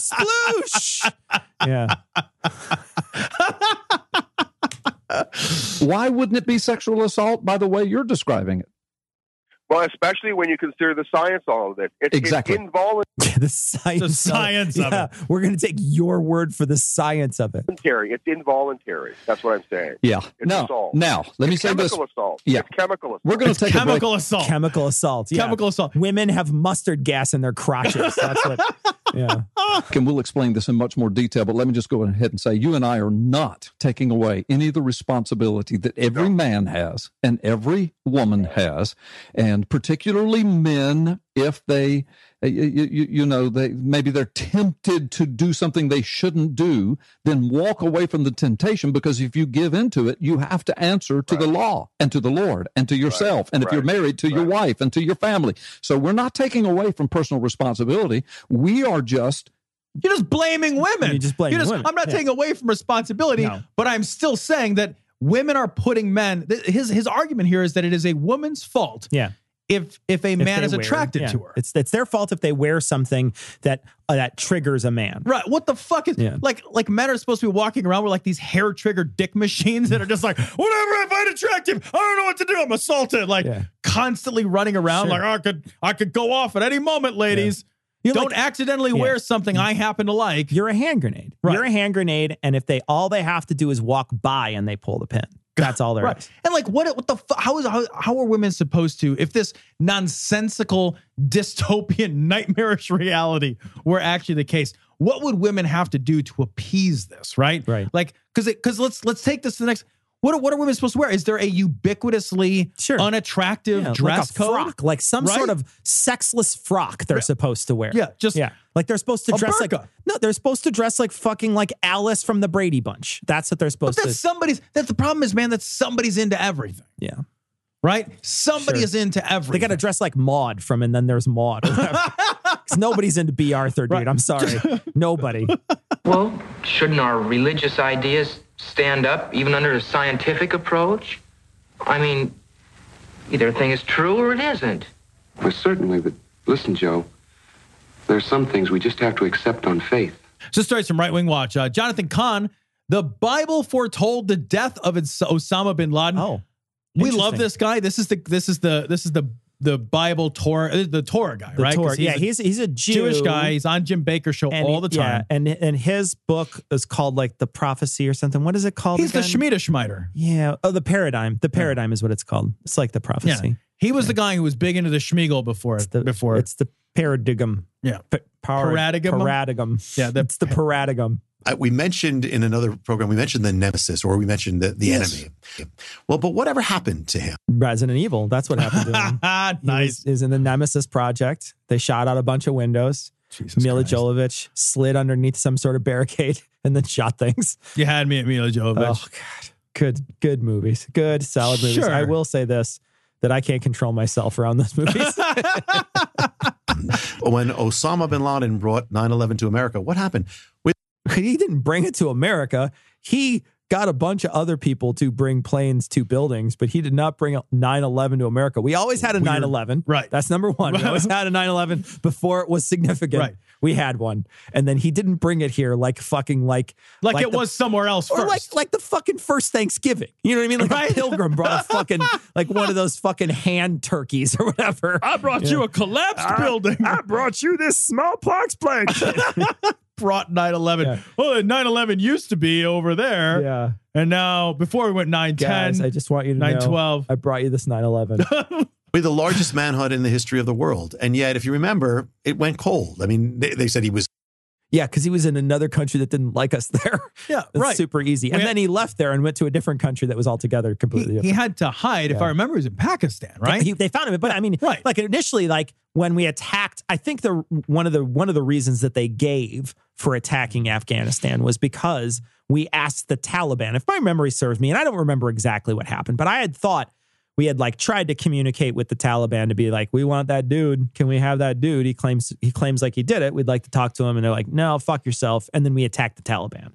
S2: "Sploosh!" Yeah,
S9: why wouldn't it be sexual assault? By the way, you're describing it.
S8: Well, especially when you consider the science all of it. It's,
S9: Exactly.
S8: it's involuntary.
S2: the science,
S1: The science
S2: Of,
S1: of
S2: yeah, we're gonna take your word for the science of it.
S8: It's involuntary. That's what I'm saying.
S9: Yeah.
S8: It's
S9: no.
S8: assault.
S9: Now let me
S8: It's
S9: say this.
S8: chemical assault.
S9: Yeah.
S8: It's chemical assault.
S9: We're going
S1: It's
S9: to take a break.
S1: chemical assault.
S2: Chemical assault. Yeah.
S1: Chemical assault.
S2: Women have mustard gas in their crotches. That's what. Yeah.
S9: and we'll explain this in much more detail, but let me just go ahead and say you and I are not taking away any of the responsibility that every man has and every woman has, and particularly men, if they, you, you know, they maybe they're tempted to do something they shouldn't do, then walk away from the temptation because if you give into it, you have to answer to the law and to the Lord and to yourself, and if you're married to your wife and to your family. So we're not taking away from personal responsibility. We are just
S1: You're just blaming women.
S2: You're just blaming women.
S1: I'm not
S2: Yeah.
S1: taking away from responsibility,
S2: No.
S1: but I'm still saying that women are putting men. th- His his argument here is that it is a woman's fault
S2: Yeah.
S1: if if a
S2: If
S1: man
S2: they
S1: is
S2: wear-
S1: attracted
S2: yeah.
S1: to her.
S2: It's it's their fault if they wear something that uh, that triggers a man.
S1: Right. What the fuck is
S2: Yeah.
S1: like like men are supposed to be walking around with like these hair trigger dick machines that are just like, whatever, I find attractive, I don't know what to do. I'm assaulted. Like
S2: Yeah.
S1: constantly running around,
S2: Sure.
S1: like "Oh, I could I could go off at any moment, ladies.
S2: You're
S1: don't
S2: like-
S1: accidentally
S2: Yeah.
S1: wear something I happen to like.
S2: You're a hand grenade.
S1: Right.
S2: You're a hand grenade, and if they all they have to do is walk by and they pull the pin, that's all there is.
S1: Right. And like what what the fu- how is how, how are women supposed to if this nonsensical dystopian nightmarish reality were actually the case what would women have to do to appease this right
S2: Right.
S1: like cuz cuz let's let's take this to the next what are, what are women supposed to wear is there a ubiquitously
S2: Sure.
S1: unattractive
S2: Yeah,
S1: dress
S2: like a
S1: code
S2: frock, like some
S1: right?
S2: sort of sexless frock they're supposed to wear.
S1: Yeah, just-
S2: yeah, like they're supposed to
S1: A
S2: dress like
S1: burqa.
S2: no, they're supposed to dress like fucking like Alice from the Brady Bunch. That's what they're
S1: but
S2: supposed
S1: that's
S2: to.
S1: somebody's that's the problem is man that somebody's into everything
S2: Yeah,
S1: right? Somebody
S2: Sure.
S1: is into
S2: They
S1: everything.
S2: got to dress like Maud from and then there's Maud. Because nobody's into B. Arthur, dude. I'm sorry. Nobody.
S10: Well, shouldn't our religious ideas stand up even under a scientific approach? I mean, either a thing is true or it isn't.
S11: Well, certainly, but listen, Joe, there's some things we just have to accept on faith.
S1: So this story's from Right Wing Watch. Uh, Jonathan Kahn, the Bible foretold the death of Os- Osama bin Laden.
S2: Oh,
S1: we
S2: interesting.
S1: love this guy. This is the this is the this is the the Bible Torah uh, the Torah guy,
S2: The
S1: right? 'Cause
S2: Torah. yeah,
S1: a
S2: he's he's a Jew.
S1: Jewish guy. He's on Jim Baker's show
S2: and
S1: all
S2: he-
S1: the time.
S2: Yeah, and and his book is called like the prophecy or something. What is it called?
S1: he's the
S2: again?
S1: Shemitah Schmiter.
S2: Yeah. Oh, the paradigm. The paradigm is what it's called. It's like the prophecy.
S1: Yeah. He was the guy who was big into the Schmiegel before
S2: It's the
S1: before
S2: it's the paradigm.
S1: Yeah.
S2: Pa- par-
S1: Paradigm?
S2: Paradigm.
S1: Yeah, the-
S2: it's the paradigm.
S12: I, we mentioned in another program, we mentioned the nemesis or we mentioned the, the
S2: Yes.
S12: enemy. Well, but whatever happened to him?
S2: Resident Evil. That's what happened to him.
S1: Ah,
S2: He was- is in the Nemesis project. They shot out a bunch of windows.
S1: Jesus
S2: Mila
S1: Christ.
S2: Jovovich slid underneath some sort of barricade and then shot things.
S1: You had me at Mila Jovovich.
S2: Oh god. Good good movies. Good solid movies.
S1: Sure.
S2: I will say this that I can't control myself around those movies.
S12: When Osama bin Laden brought 9 11 to America, what happened? We
S2: he didn't bring it to America. He got a bunch of other people to bring planes to buildings, but he did not bring 9/11 to America. We always had a 9/11.
S1: Right.
S2: That's number 1. We always had a 9/11 before it was significant.
S1: Right.
S2: We had one. And then he didn't bring it here like fucking like
S1: like,
S2: like
S1: it
S2: the-
S1: was somewhere else
S2: Or
S1: first.
S2: like like the fucking first Thanksgiving. You know what I mean? Like a pilgrim brought a fucking like one of those fucking hand turkeys or whatever.
S1: I brought you a collapsed building. I
S2: brought you this smallpox plague.
S1: brought 9 11. Well, 9 11 used to be over there.
S2: yeah.
S1: And now, before we went 9
S2: Guys, I
S1: 10,
S2: just want you to know
S1: 9 12.
S2: I brought you this 9/11.
S12: We're the largest manhunt in the history of the world. And yet, if you remember, it went cold. I mean, they, they said he was
S2: yeah, cuz he was in another country that didn't like us there.
S1: Yeah,
S2: It's
S1: right.
S2: super easy. And
S1: We-
S2: then he left there and went to a different country that was altogether completely
S1: He, he
S2: different.
S1: had to hide, if
S2: Yeah.
S1: I remember, he was in Pakistan, right?
S2: He- they found him, but I mean,
S1: Right.
S2: like initially, like when we attacked, I think the one of the one of the reasons that they gave for attacking Afghanistan was because we asked the Taliban. If my memory serves me, and I don't remember exactly what happened, but I had thought we had like tried to communicate with the Taliban to be like, we want that dude. Can we have that dude? He claims he claims like he did it. We'd like to talk to him, and they're like, no, fuck yourself. And then we attacked the Taliban.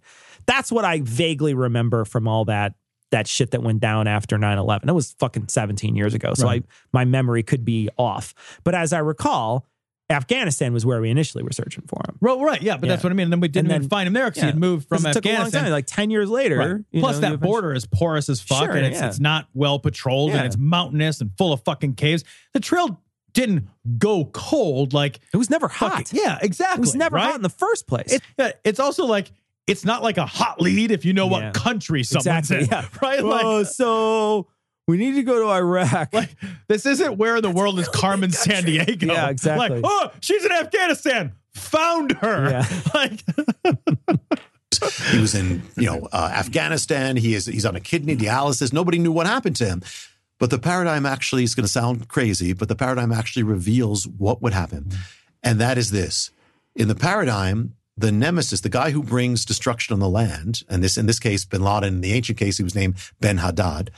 S2: That's what I vaguely remember from all that that shit that went down after 9-11 it was fucking 17 years ago so I, my memory could be off but as i recall afghanistan was where we initially were searching for him
S1: well, right. Yeah, but that's
S2: Yeah.
S1: what I mean. And then we didn't
S2: And
S1: even
S2: then-
S1: find him there because
S2: yeah.
S1: he had moved from
S2: 'Cause it took a
S1: Afghanistan.
S2: long time, like 10 years later
S1: Right.
S2: you
S1: Plus,
S2: know, you
S1: that
S2: eventually-
S1: border is porous as fuck,
S2: Sure,
S1: and it's,
S2: yeah.
S1: it's not well patrolled,
S2: Yeah.
S1: and it's mountainous and full of fucking caves. The trail didn't go cold, like
S2: it was never hot
S1: fucking, yeah, exactly.
S2: it was never
S1: right?
S2: hot in the first place
S1: It, yeah, it's also like it's not like a hot lead if you know
S2: Yeah.
S1: what country someone's
S2: exactly
S1: in,
S2: yeah.
S1: right? Like,
S2: oh so we need to go to iraq
S1: like this isn't where in the world is Carmen San Diego.
S2: Yeah, exactly.
S1: Like, oh, she's in Afghanistan. Found her.
S2: Yeah.
S1: Like,
S12: he was in you know uh, Afghanistan. He is he's on a kidney dialysis. Nobody knew what happened to him. But the paradigm actually is going to sound crazy, but the paradigm actually reveals what would happen, and that is this: in the paradigm, the nemesis, the guy who brings destruction on the land, and this in this case, Bin Laden. In the ancient case, he was named Ben Hadad.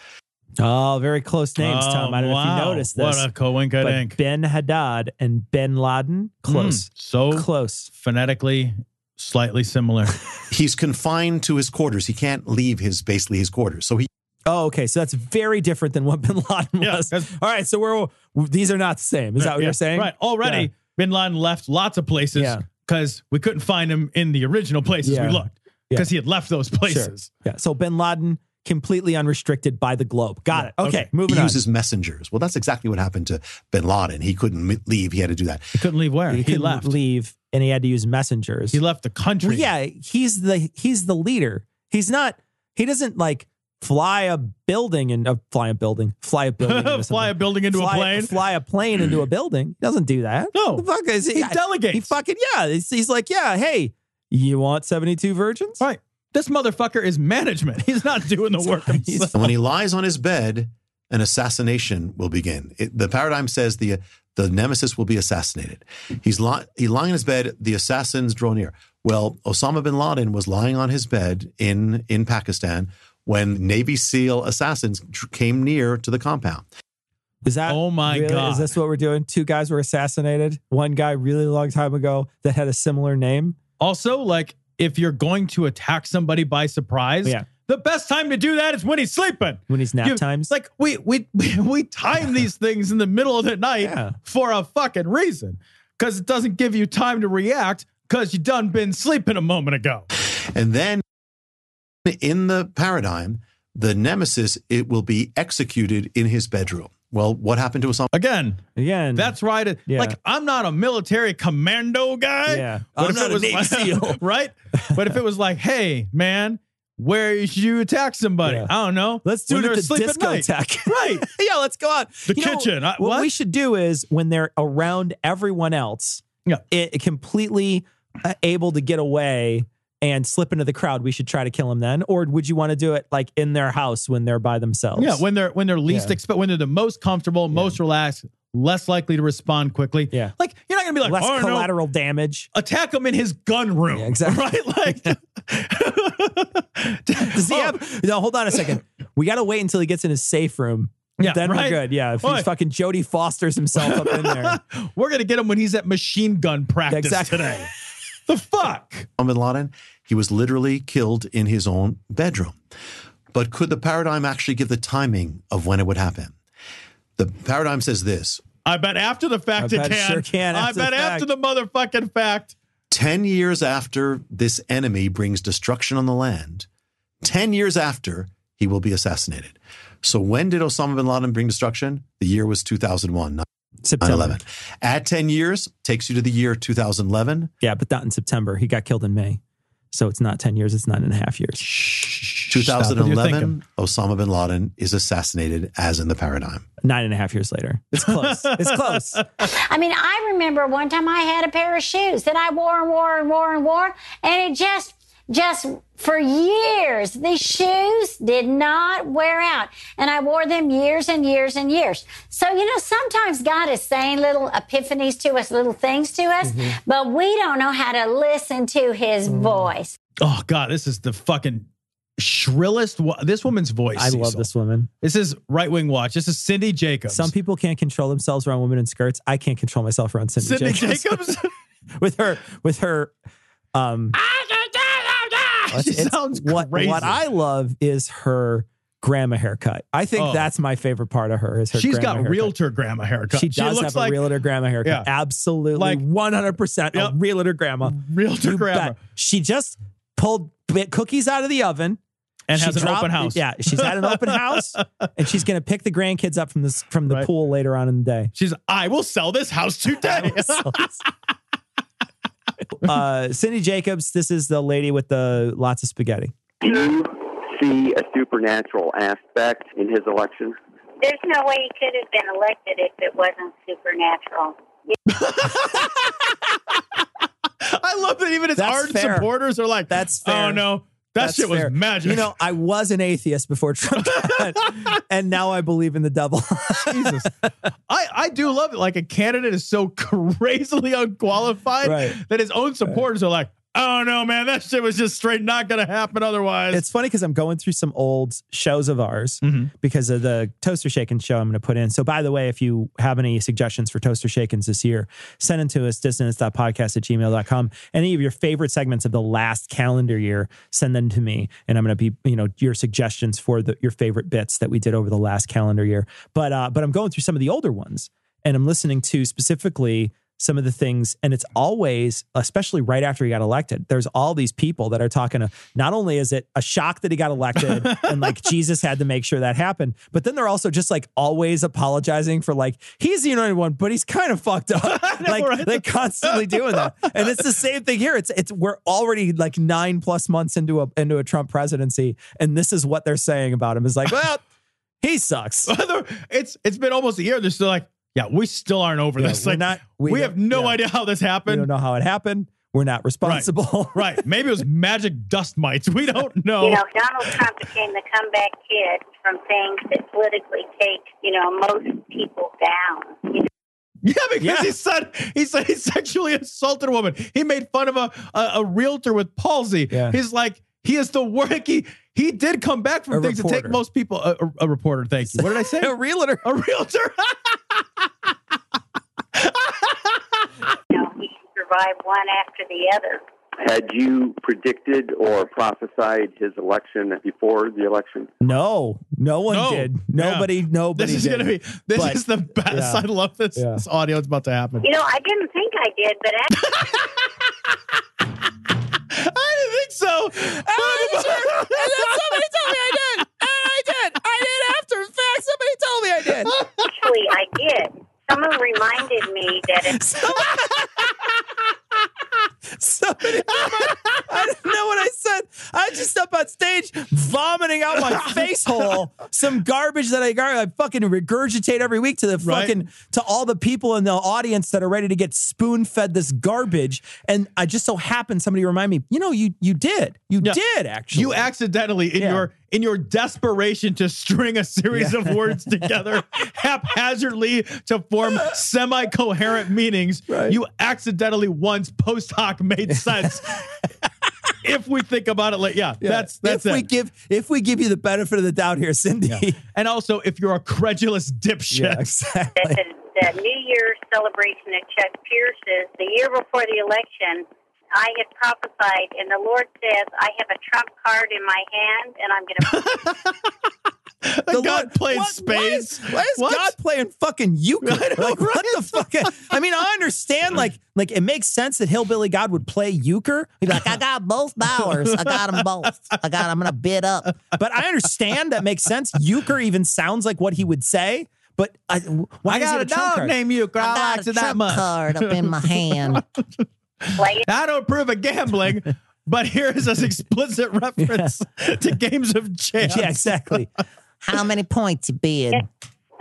S2: oh very close names tom i don't know if you
S1: Oh, wow.
S2: noticed this
S1: What a coinkydink.
S2: but ben haddad and ben laden close
S1: Hmm, so
S2: close
S1: phonetically slightly similar.
S12: He's confined to his quarters. He can't leave his basically his quarters. So he
S2: Oh, okay. So that's very different than what Bin Laden
S1: Yeah,
S2: was.
S1: that's-
S2: All right. So we're these are not the same. Is that what
S1: Yeah,
S2: you're saying?
S1: Right. Already,
S2: Yeah.
S1: Bin Laden left lots of places
S2: Yeah.
S1: because we couldn't find him in the original places
S2: Yeah.
S1: we looked
S2: Yeah.
S1: because he had left those places.
S2: Yeah. So Bin Laden completely unrestricted by the globe. Got it. Okay.
S1: okay.
S2: Moving
S12: he
S2: on.
S12: uses messengers. Well, that's exactly what happened to Bin Laden. He couldn't leave. He had to do that.
S1: He couldn't leave where he,
S2: couldn't
S1: left.
S2: leave, and he had to use messengers.
S1: He left the country.
S2: Well, yeah. He's the he's the leader. He's not. He doesn't like fly a building and uh, fly a building, fly a building, into
S1: fly a
S2: something.
S1: building into
S2: fly,
S1: a plane.
S2: Fly a plane into a building. He doesn't do that.
S1: No.
S2: The fuck is
S1: He
S2: He
S1: delegates.
S2: fucking yeah. He's, he's like yeah. Hey, you want seventy two virgins?
S1: Right. This motherfucker is management. He's not doing the work himself.
S12: And when he lies on his bed, an assassination will begin. It, the paradigm says the the nemesis will be assassinated. He's li- he lying on his bed. The assassins draw near. Well, Osama bin Laden was lying on his bed in in Pakistan when Navy SEAL assassins tr- came near to the compound.
S2: Is that
S1: Oh my
S2: really-
S1: God.
S2: Is this what we're doing? Two guys were assassinated. One guy really long time ago that had a similar name.
S1: Also, like if you're going to attack somebody by surprise,
S2: Yeah.
S1: the best time to do that is when he's sleeping.
S2: When he's nap times.
S1: It's like we we we time these things in the middle of the night for a fucking reason. Cause it doesn't give you time to react because you done been sleeping a moment ago.
S12: And then in the paradigm, the nemesis, it will be executed in his bedroom. Well, what happened to Osama?
S1: Again.
S2: Again.
S1: That's right.
S12: Yeah.
S1: Like I'm not a military commando guy.
S12: Yeah.
S1: But
S12: I'm
S1: if
S12: not
S1: it
S12: a
S1: was
S12: Navy
S1: like-
S12: SEAL.
S1: right? But if it was like, hey, man, where should you attack somebody? I don't know.
S2: Let's do
S1: When
S2: it
S1: they're
S2: at the
S1: asleep at
S2: disco
S1: night.
S2: tech.
S1: Right.
S2: yeah, let's go out.
S1: The
S2: You know,
S1: kitchen. I-
S2: what,
S1: what?
S2: we should do is when they're around everyone else,
S1: yeah.
S2: it, completely uh, able to get away and slip into the crowd, we should try to kill him then. Or would you want to do it like in their house when they're by themselves?
S1: Yeah, when they're when they're least expect when they're the most comfortable, most relaxed, less likely to respond quickly. Yeah. Like you're not gonna be like
S2: less
S1: "Oh, no,
S2: collateral damage.
S1: attack him in his gun room. exactly. Right? Like
S2: Does he have? No, hold on a second. We got to wait until he gets in his safe room.
S1: Yeah,
S2: then
S1: right?
S2: we're good. Yeah, if he's
S1: Right.
S2: fucking Jody Foster's himself up in there.
S1: we're gonna get him when he's at machine gun practice
S2: Exactly.
S1: today. the fuck?
S12: Osama bin Laden, he was literally killed in his own bedroom. But could the paradigm actually give the timing of when it would happen? The paradigm says this
S1: I bet after the fact
S12: I
S1: it
S12: bet
S1: can.
S12: sure can
S1: I
S12: after
S1: bet
S12: the fact.
S1: after the motherfucking fact.
S12: 10 years after this enemy brings destruction on the land, 10 years after, he will be assassinated. So when did Osama bin Laden bring destruction? The year was 2001. not
S2: September.
S12: 9/11. At 10 years, takes you to the year 2011.
S2: Yeah, but not in September. He got killed in May. So it's not 10 years, it's nine and a half years.
S12: Stop what you're 2011,
S2: thinking.
S12: Osama bin Laden is assassinated as in the paradigm.
S2: Nine and a half years later. It's close. it's close.
S13: I mean, I remember one time I had a pair of shoes that I wore and wore and wore and wore, and it just, just for years, these shoes did not wear out. And I wore them years and years and years. So, you know, sometimes God is saying little epiphanies to us, little things to us,
S2: Mm-hmm.
S13: but we don't know how to listen to his
S2: Mm.
S13: voice.
S1: Oh god, this is the fucking shrillest. Wo- this woman's voice.
S2: I love
S1: Cecil.
S2: this woman.
S1: This is right wing watch. This is Cindy Jacobs.
S2: Some people can't control themselves around women in skirts. I can't control myself around Cindy,
S1: Cindy
S2: Jacobs.
S1: Jacobs.
S2: with her, with her, um,
S1: Ah, she sounds
S2: what,
S1: crazy.
S2: What I love is her grandma haircut. I think
S1: Oh.
S2: that's my favorite part of her is her
S1: She's
S2: grandma
S1: got
S2: haircut.
S1: realtor grandma haircut.
S2: She does
S1: looks
S2: have
S1: like
S2: a realtor grandma haircut.
S1: Yeah.
S2: Absolutely.
S1: Like-
S2: 100%
S1: Yep.
S2: a realtor grandma.
S1: Realtor
S2: You
S1: grandma.
S2: bet. She just pulled bit cookies out of the oven.
S1: And
S2: She
S1: has an open house.
S2: Yeah, she's had an open house, and she's going to pick the grandkids up from this from the pool later on in the day.
S1: she's. I will sell this house today.
S2: Uh, Cindy Jacobs, this is the lady with the lots of spaghetti.
S14: Do you see a supernatural aspect in his election?
S15: There's no way he could have been elected if it wasn't supernatural.
S1: I love that even his
S2: That's
S1: ardent
S2: fair.
S1: supporters are like,
S2: "That's
S1: Oh
S2: fair.
S1: no, that shit was
S2: fair.
S1: magic."
S2: You know, I was an atheist before Trump, got, and now I believe in the devil.
S1: I, I do love it. Like a candidate is so crazily unqualified
S2: Right.
S1: that his own supporters are like, oh no, man, that shit was just straight not gonna happen otherwise. Mm-hmm.
S2: It's funny because I'm going through some old shows of ours because of the Toaster Shakens show I'm going to put in. So, by the way, if you have any suggestions for Toaster Shakens this year, send them to us, dissonance.podcast at gmail.com. Any of your favorite segments of the last calendar year, send them to me. And I'm going to be, you know, your suggestions for the, your favorite bits that we did over the last calendar year. But, uh, but I'm going through some of the older ones and I'm listening to specifically some of the things and it's always especially right after he got elected there's all these people that are talking to, not only is it a shock that he got elected and like jesus had to make sure that happened but then they're also just like always apologizing for like he's the united one but he's kind of fucked up like they're constantly doing that and it's the same thing here it's it's we're already like nine plus months into a into a trump presidency and this is what they're saying about him is like well he sucks
S1: it's it's been almost a year. They're still like, yeah, we still aren't over
S2: Yeah,
S1: this.
S2: we're
S1: Like,
S2: not-
S1: we,
S2: we don't-
S1: have no
S2: yeah.
S1: idea how this
S2: we
S1: happened.
S2: don't know how it happened we're not responsible
S1: Right. Maybe it was magic dust mites. We don't know.
S15: You know, Donald Trump became the comeback kid from things that politically take, you know, most people down.
S1: Yeah, because he said he said he sexually assaulted a woman. He made fun of a a, a realtor with palsy. He's like He is the worst. He, he did come back from
S12: A
S1: things that
S12: reporter.
S1: take most people. A, a- a reporter, thank you. What did I say?
S12: A realtor.
S1: A realtor.
S15: survive one after the other.
S14: Had you predicted or prophesied his election before the election?
S2: No, no one did. Nobody, nobody.
S1: This is
S2: did.
S1: gonna be. This
S2: But-
S1: is the best.
S2: yeah.
S1: I love this. This audio is about to happen.
S15: You know, I didn't think I did, but actually,
S1: I didn't think so.
S16: and then somebody told me I did. And I did. I did after the fact. Somebody told me I did.
S15: actually I did. Someone reminded me that it's
S16: Somebody told me- I didn't know what I said.
S2: I just up on stage vomiting out my face hole some garbage that I gar- I fucking regurgitate every week to the fucking to all the people in the audience that are ready to get spoon fed this garbage. And I just so happened somebody remind me, you know, you you did, you did actually.
S1: You accidentally in your in your desperation to string a series of words together haphazardly to form semi-coherent meanings, you accidentally once post hoc made sense. if we think about it, like yeah,
S2: Yeah.
S1: that's that's
S2: if
S1: it.
S2: we give if we give you the benefit of the doubt here, Cindy.
S1: and also, if you're a credulous dipshit,
S2: Yeah, exactly.
S15: that the, the New Year's celebration at Chuck Pierce's the year before the election, I had prophesied, and the Lord says, I have a trump card in my hand, and I'm going to.
S1: The God played spades.
S2: Why is God playing fucking euchre? like, What the fuck? I mean, I understand. Like, like it makes sense that hillbilly God would play euchre. He'd be like, I got both dollars. I got them both. I got. I'm gonna bid up. But I understand that makes sense. Euchre even sounds like what he would say. But I, why
S1: I
S2: does he
S1: got
S2: have
S1: a
S2: trump
S1: dog
S2: card?
S1: named Euchre. I,
S2: got
S1: likes
S2: a
S1: it that
S2: trump
S1: much.
S2: card up in my hand.
S1: I don't approve of gambling, but here is this explicit reference to games of chance.
S2: Yeah, exactly. How many points you bid?
S15: and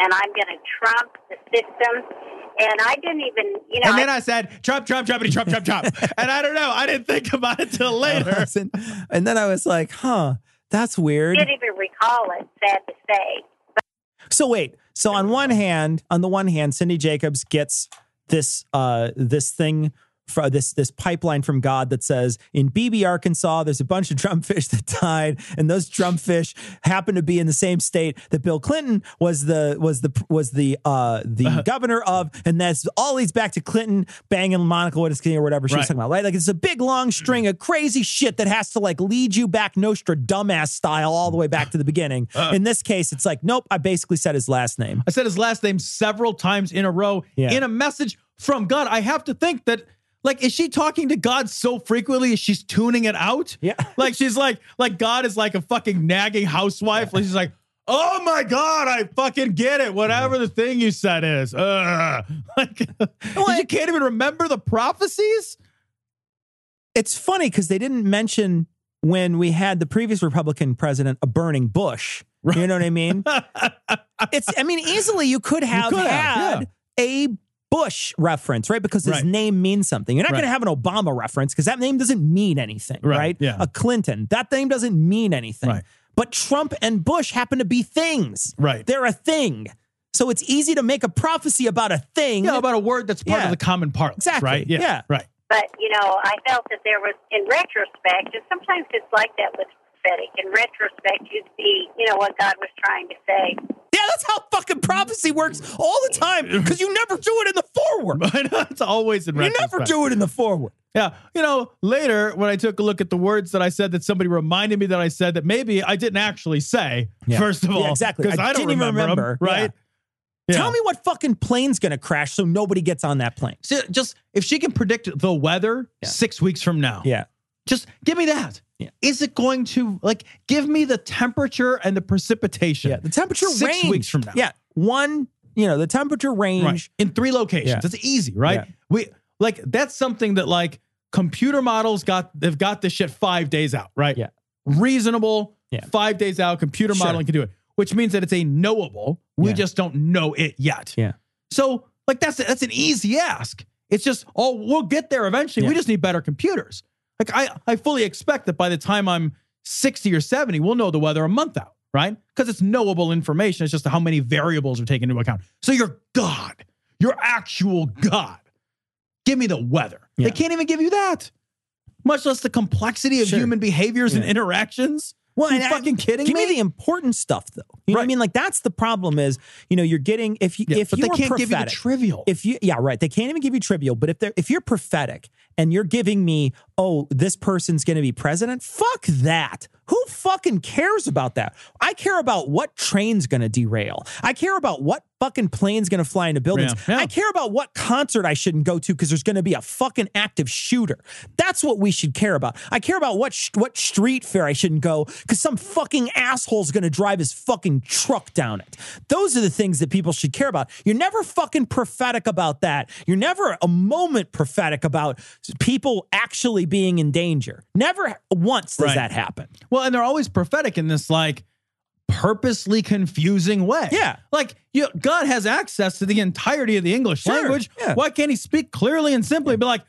S15: I'm going to trump the system. And I didn't even, you know,
S1: and then I said, Trump, Trump, Trumpity, Trump, Trump, Trump. and I don't know. I didn't think about it till later.
S2: And, and then I was like, huh, that's weird.
S15: didn't even recall it. Sad to say.
S2: So wait. So on one hand, on the one hand, Cindy Jacobs gets this uh this thing for this this pipeline from God that says in BB Arkansas there's a bunch of drumfish that died and those drumfish happen to be in the same state that Bill Clinton was the was the was the uh the
S1: Uh-huh.
S2: governor of and that's all leads back to Clinton banging Monica Lewinsky or whatever she was
S1: Right.
S2: talking about right like it's a big long string of crazy shit that has to like lead you back Nostra dumbass style all the way back to the beginning in this case it's like nope I basically said his last name
S1: Uh. I said his last name several times in a row in a message from God. I have to think that. Like, is she talking to God so frequently? Is she's tuning it out? Yeah. Like she's like, like God is like a fucking nagging housewife. Like she's like, oh my God, I fucking get it. Whatever the thing you said is. Ugh. Like you can't even remember the prophecies?
S2: it's funny because they didn't mention when we had the previous Republican president a burning bush. You know what I mean? it's I mean, easily you could have
S16: could have,
S2: had a Bush reference, right? Because his
S16: Right.
S2: name means something. You're not
S16: Right.
S2: going to have an Obama reference because that name doesn't mean anything, right?
S16: Right, yeah.
S2: A Clinton, that name doesn't mean anything. But Trump and Bush happen to be things. Right. They're a thing. So it's easy to make a prophecy about a thing. Yeah, about
S1: a word that's part of the common parlance,
S2: exactly.
S1: right?
S2: Yeah.
S1: Yeah, Right.
S15: But, you know, I felt that there was, in retrospect, and sometimes it's like that with prophetic. In retrospect, you see, you know, what God was trying to say.
S2: Yeah, that's how fucking prophecy works all the time because you never do it in the forward.
S1: Mm-hmm. I know it's always in
S2: You never
S1: retrospect.
S2: do it in the forward.
S1: Yeah. You know, later when I took a look at the words that I said that somebody reminded me that I said that maybe I didn't actually say,
S2: Yeah.
S1: first of
S2: Yeah,
S1: all.
S2: exactly.
S1: Because I,
S2: I
S1: don't
S2: didn't even
S1: remember, 'em,
S2: remember.
S1: right?
S2: Tell me what fucking plane's gonna crash so nobody gets on that plane.
S1: So just if she can predict the weather six weeks from now.
S2: Yeah.
S1: Just give me that. Is it going to like give me the temperature and the precipitation? Yeah,
S2: the temperature
S1: six
S2: range.
S1: weeks from now.
S2: Yeah, one. You know the temperature range
S1: in three locations.
S2: Yeah.
S1: It's easy, right?
S2: Yeah.
S1: We like that's something that like computer models got they've got this shit five days out, right? Yeah, reasonable. five days out. Computer
S2: Sure.
S1: modeling can do it, which means that it's a knowable. We just don't know it yet.
S2: Yeah.
S1: So like that's that's an easy ask. It's just oh we'll get there eventually. We just need better computers. Like I I fully expect that by the time I'm 60 or 70, we'll know the weather a month out, right? Because it's knowable information. It's just how many variables are taken into account. So your God, your actual God, give me the weather. They can't even give you that. much less the complexity of human behaviors and interactions.
S2: Well,
S1: you
S2: and I-
S1: fucking kidding
S2: give
S1: me?
S2: the important stuff though. You know what I mean? Like that's the problem is, you know, you're getting if you if
S1: but
S2: you
S1: they
S2: are
S1: can't give you the
S2: prophetic,
S1: trivial.
S2: If you yeah, right. They can't even give you trivial, but if they're if you're prophetic and you're giving me, oh, this person's gonna be president, fuck that. Who fucking cares about that? I care about what train's gonna derail. I care about what fucking plane's gonna fly into buildings. I care about what concert I shouldn't go to because there's gonna be a fucking active shooter. That's what we should care about. I care about what sh- what street fair I shouldn't go because some fucking asshole's gonna drive his fucking truck down it. Those are the things that people should care about. You're never fucking prophetic about that. You're never a moment prophetic about people actually being in danger. Never once does
S1: Right.
S2: that happen.
S1: Well, and they're always prophetic in this like purposely confusing way. Yeah. Like you, God has access to the entirety of the English language. Why can't he speak clearly and simply and be like,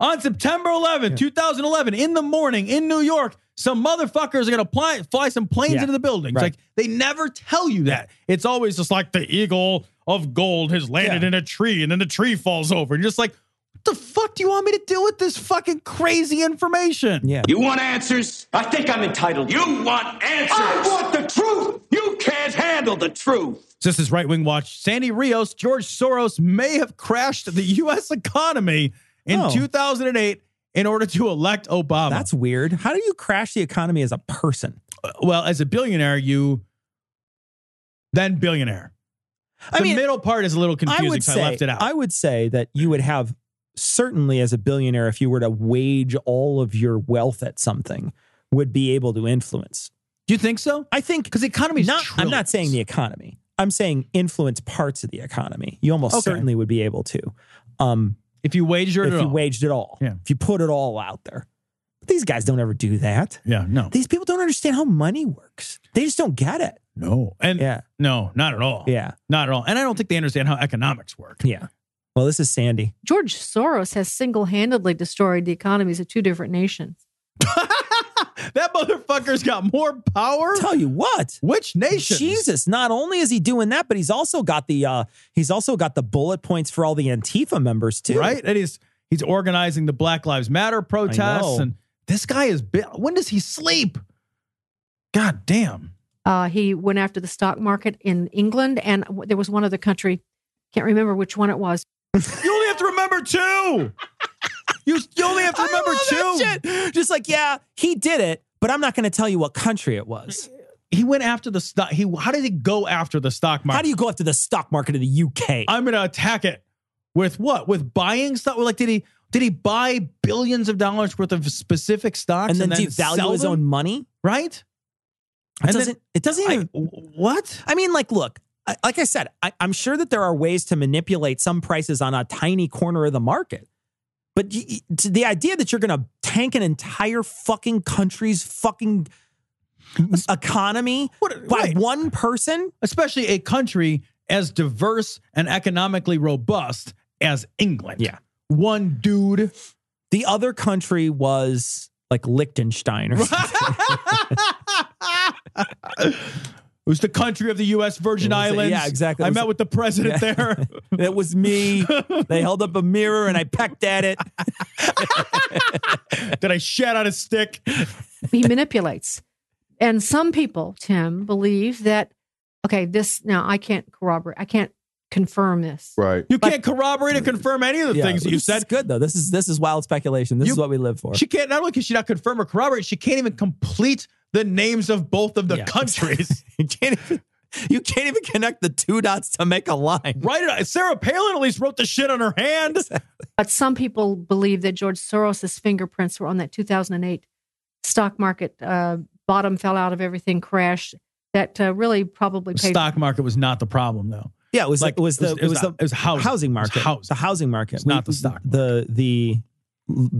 S1: on September 11th, 2011, in the morning in New York, some motherfuckers are going to fly, fly some planes
S12: Yeah.
S1: into the buildings.
S12: Right.
S1: Like they never tell you that. It's always just like the eagle of gold has landed in a tree and then the tree falls over. And you're just like, what the fuck do you want me to do with this fucking crazy information?
S2: Yeah.
S17: You want answers? I think I'm entitled. You want answers? I want the truth. You can't handle the truth.
S1: Since this Right Wing Watch, Sandy Rios, George Soros may have crashed the U.S. economy in
S2: Oh.
S1: 2008 in order to elect Obama. Uh,
S2: That's weird. How do you crash the economy as a person?
S1: well, as a billionaire, you then billionaire.
S2: I
S1: the
S2: mean,
S1: middle part is a little confusing.
S2: I would
S1: so
S2: say,
S1: I left it out.
S2: I would say that you would have certainly as a billionaire, if you were to wage all of your wealth at something, would be able to influence.
S1: Do you think so?
S2: I think
S1: because the economy
S2: not. I'm not saying the economy. I'm saying influence parts of the economy. You almost
S1: Okay.
S2: certainly would be able to. Um,
S1: if you waged it
S2: if
S1: at
S2: you
S1: all.
S2: waged it all,
S1: Yeah.
S2: if you put it all out there. But these guys don't ever do that.
S1: Yeah, no.
S2: These people don't understand how money works. They just don't get it.
S1: No. And
S2: yeah.
S1: no, not at all.
S2: Yeah.
S1: Not at all. And I don't think they understand how economics work.
S2: Yeah. Well, this is Sandy.
S18: George Soros has single handedly destroyed the economies of two different nations.
S1: that motherfucker's got more power.
S2: Tell you what,
S1: which nation?
S2: Jesus! Not only is he doing that, but he's also got the uh, he's also got the bullet points for all the Antifa members too.
S1: Right? And he's he's organizing the Black Lives Matter protests.
S2: know.
S1: And this guy is bi- when does he sleep? God damn.
S18: Uh, he went after the stock market in England, and w- there was one other country, can't remember which one it was.
S1: You only have to remember two. You, you only have to remember
S2: two. Just like yeah, he did it, but I'm not going to tell you what country it was.
S1: He went after the stock. He how did he go after the stock market?
S2: How do you go after the stock market of the UK?
S1: I'm gonna attack it with what? With buying stuff? Like did he did he buy billions of dollars worth of specific stocks
S2: And
S1: and,
S2: then
S1: sell
S2: devalue his
S1: them?
S2: own money,
S1: right?
S2: It
S1: And then-
S2: doesn't. it doesn't even.
S1: what?
S2: I mean, like, look. I, like I said, I, I'm sure that there are ways to manipulate some prices on a tiny corner of the market. But y- y- to the idea that you're going to tank an entire fucking country's fucking economy by one person,
S1: especially a country as diverse and economically robust as England. Yeah. One dude.
S2: The other country was like Liechtenstein or something.
S1: It was the country of the U.S. Virgin
S2: It was-
S1: Islands.
S2: Yeah, exactly.
S1: I
S2: It was-
S1: met with the president
S2: Yeah.
S1: there.
S2: That was me. They held up a mirror and I pecked at it.
S1: Did I shat on a stick?
S18: he manipulates. And some people, Tim, believe that, okay, this, now I can't corroborate, I can't confirm this.
S1: Right. You can't corroborate or confirm any of the
S2: Yeah,
S1: things that
S2: but
S1: you
S2: this
S1: said.
S2: Is good though. This is this is wild speculation. This is what we live for.
S1: She can't. Not only can she not confirm or corroborate, she can't even complete the names of both of the countries.
S2: you can't even. You can't even connect the two dots to make a line.
S1: Right? uh, Sarah Palin at least wrote the shit on her hand.
S18: But some people believe that George Soros's fingerprints were on that 2008 stock market uh, bottom fell out of everything crash that uh, really probably
S1: The
S18: paid.
S1: stock market was not the problem, though.
S2: Yeah, it was
S1: Like,
S2: it was the it was,
S1: not-
S2: the housing, market. The housing market.
S1: It's not the stock
S2: The the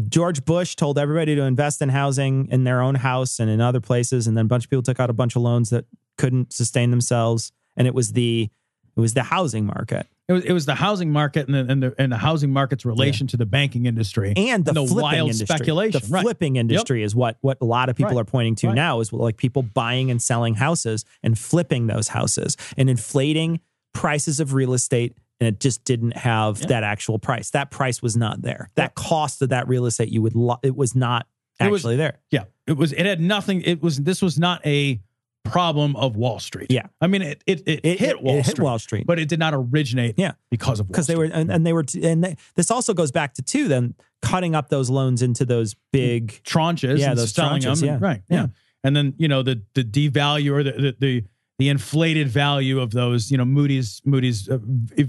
S2: George Bush told everybody to invest in housing in their own house and in other places, and then a bunch of people took out a bunch of loans that couldn't sustain themselves, and it was the it was the housing market.
S1: It was, it was the housing market and the, and the and the housing market's relation to the banking industry
S2: and the, flipping
S1: wild
S2: industry.
S1: speculation.
S2: The
S1: right.
S2: flipping industry is what what a lot of people
S1: Right.
S2: are pointing to
S1: Right.
S2: now is like people buying and selling houses and flipping those houses and inflating prices of real estate. And it just didn't have that actual price. That price was not there. That cost of that real estate, you would, lo- it was not
S1: It was-
S2: actually there.
S1: Yeah, it was. It had nothing. It was. This was not a problem of Wall Street.
S2: Yeah.
S1: I mean, it it, it, hit, Wall
S2: it hit
S1: Street,
S2: Wall Street.
S1: but it did not originate.
S2: Yeah.
S1: because of Wall
S2: because they were and, and they were t- and they, this also goes back to two them cutting up those loans into those big
S1: tranches.
S2: yeah
S1: and
S2: those
S1: selling
S2: tranches
S1: them.
S2: yeah
S1: right. Yeah. and then you know the the devalue or the the. the the inflated value of those, you know, Moody's Moody's uh,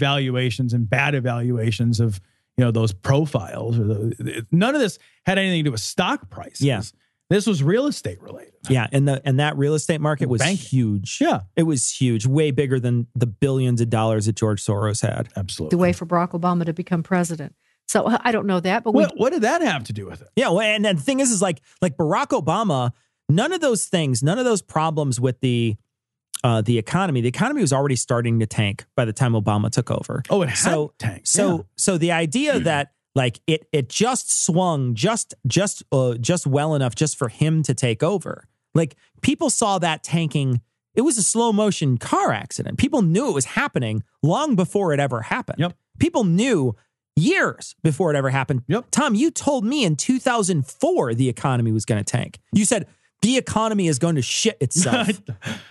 S1: evaluations and bad evaluations of, you know, those profiles. Or the, none of this had anything to do with stock prices.
S2: Yeah.
S1: this was real estate related.
S2: yeah and the and that real estate market was
S1: Banking.
S2: huge
S1: yeah
S2: it was huge way bigger than the billions of dollars that George Soros had
S1: absolutely
S18: the way for Barack Obama to become president. So I don't know that, but we,
S1: What what did that have to do with it?
S2: Yeah, well, and, and the thing is, is like like Barack Obama. None of those things, none of those problems with the uh, the economy. The economy was already starting to tank by the time Obama took over.
S1: Oh, it had
S2: so
S1: tanked,
S2: So
S1: yeah.
S2: so the idea that like it it just swung just just uh, just well enough just for him to take over. Like people saw that tanking. It was a slow motion car accident. People knew it was happening long before it ever happened. Yep. People knew years before it ever happened. Yep. Tom, you told me in 2004 the economy was going to tank. You said the economy is going to shit itself.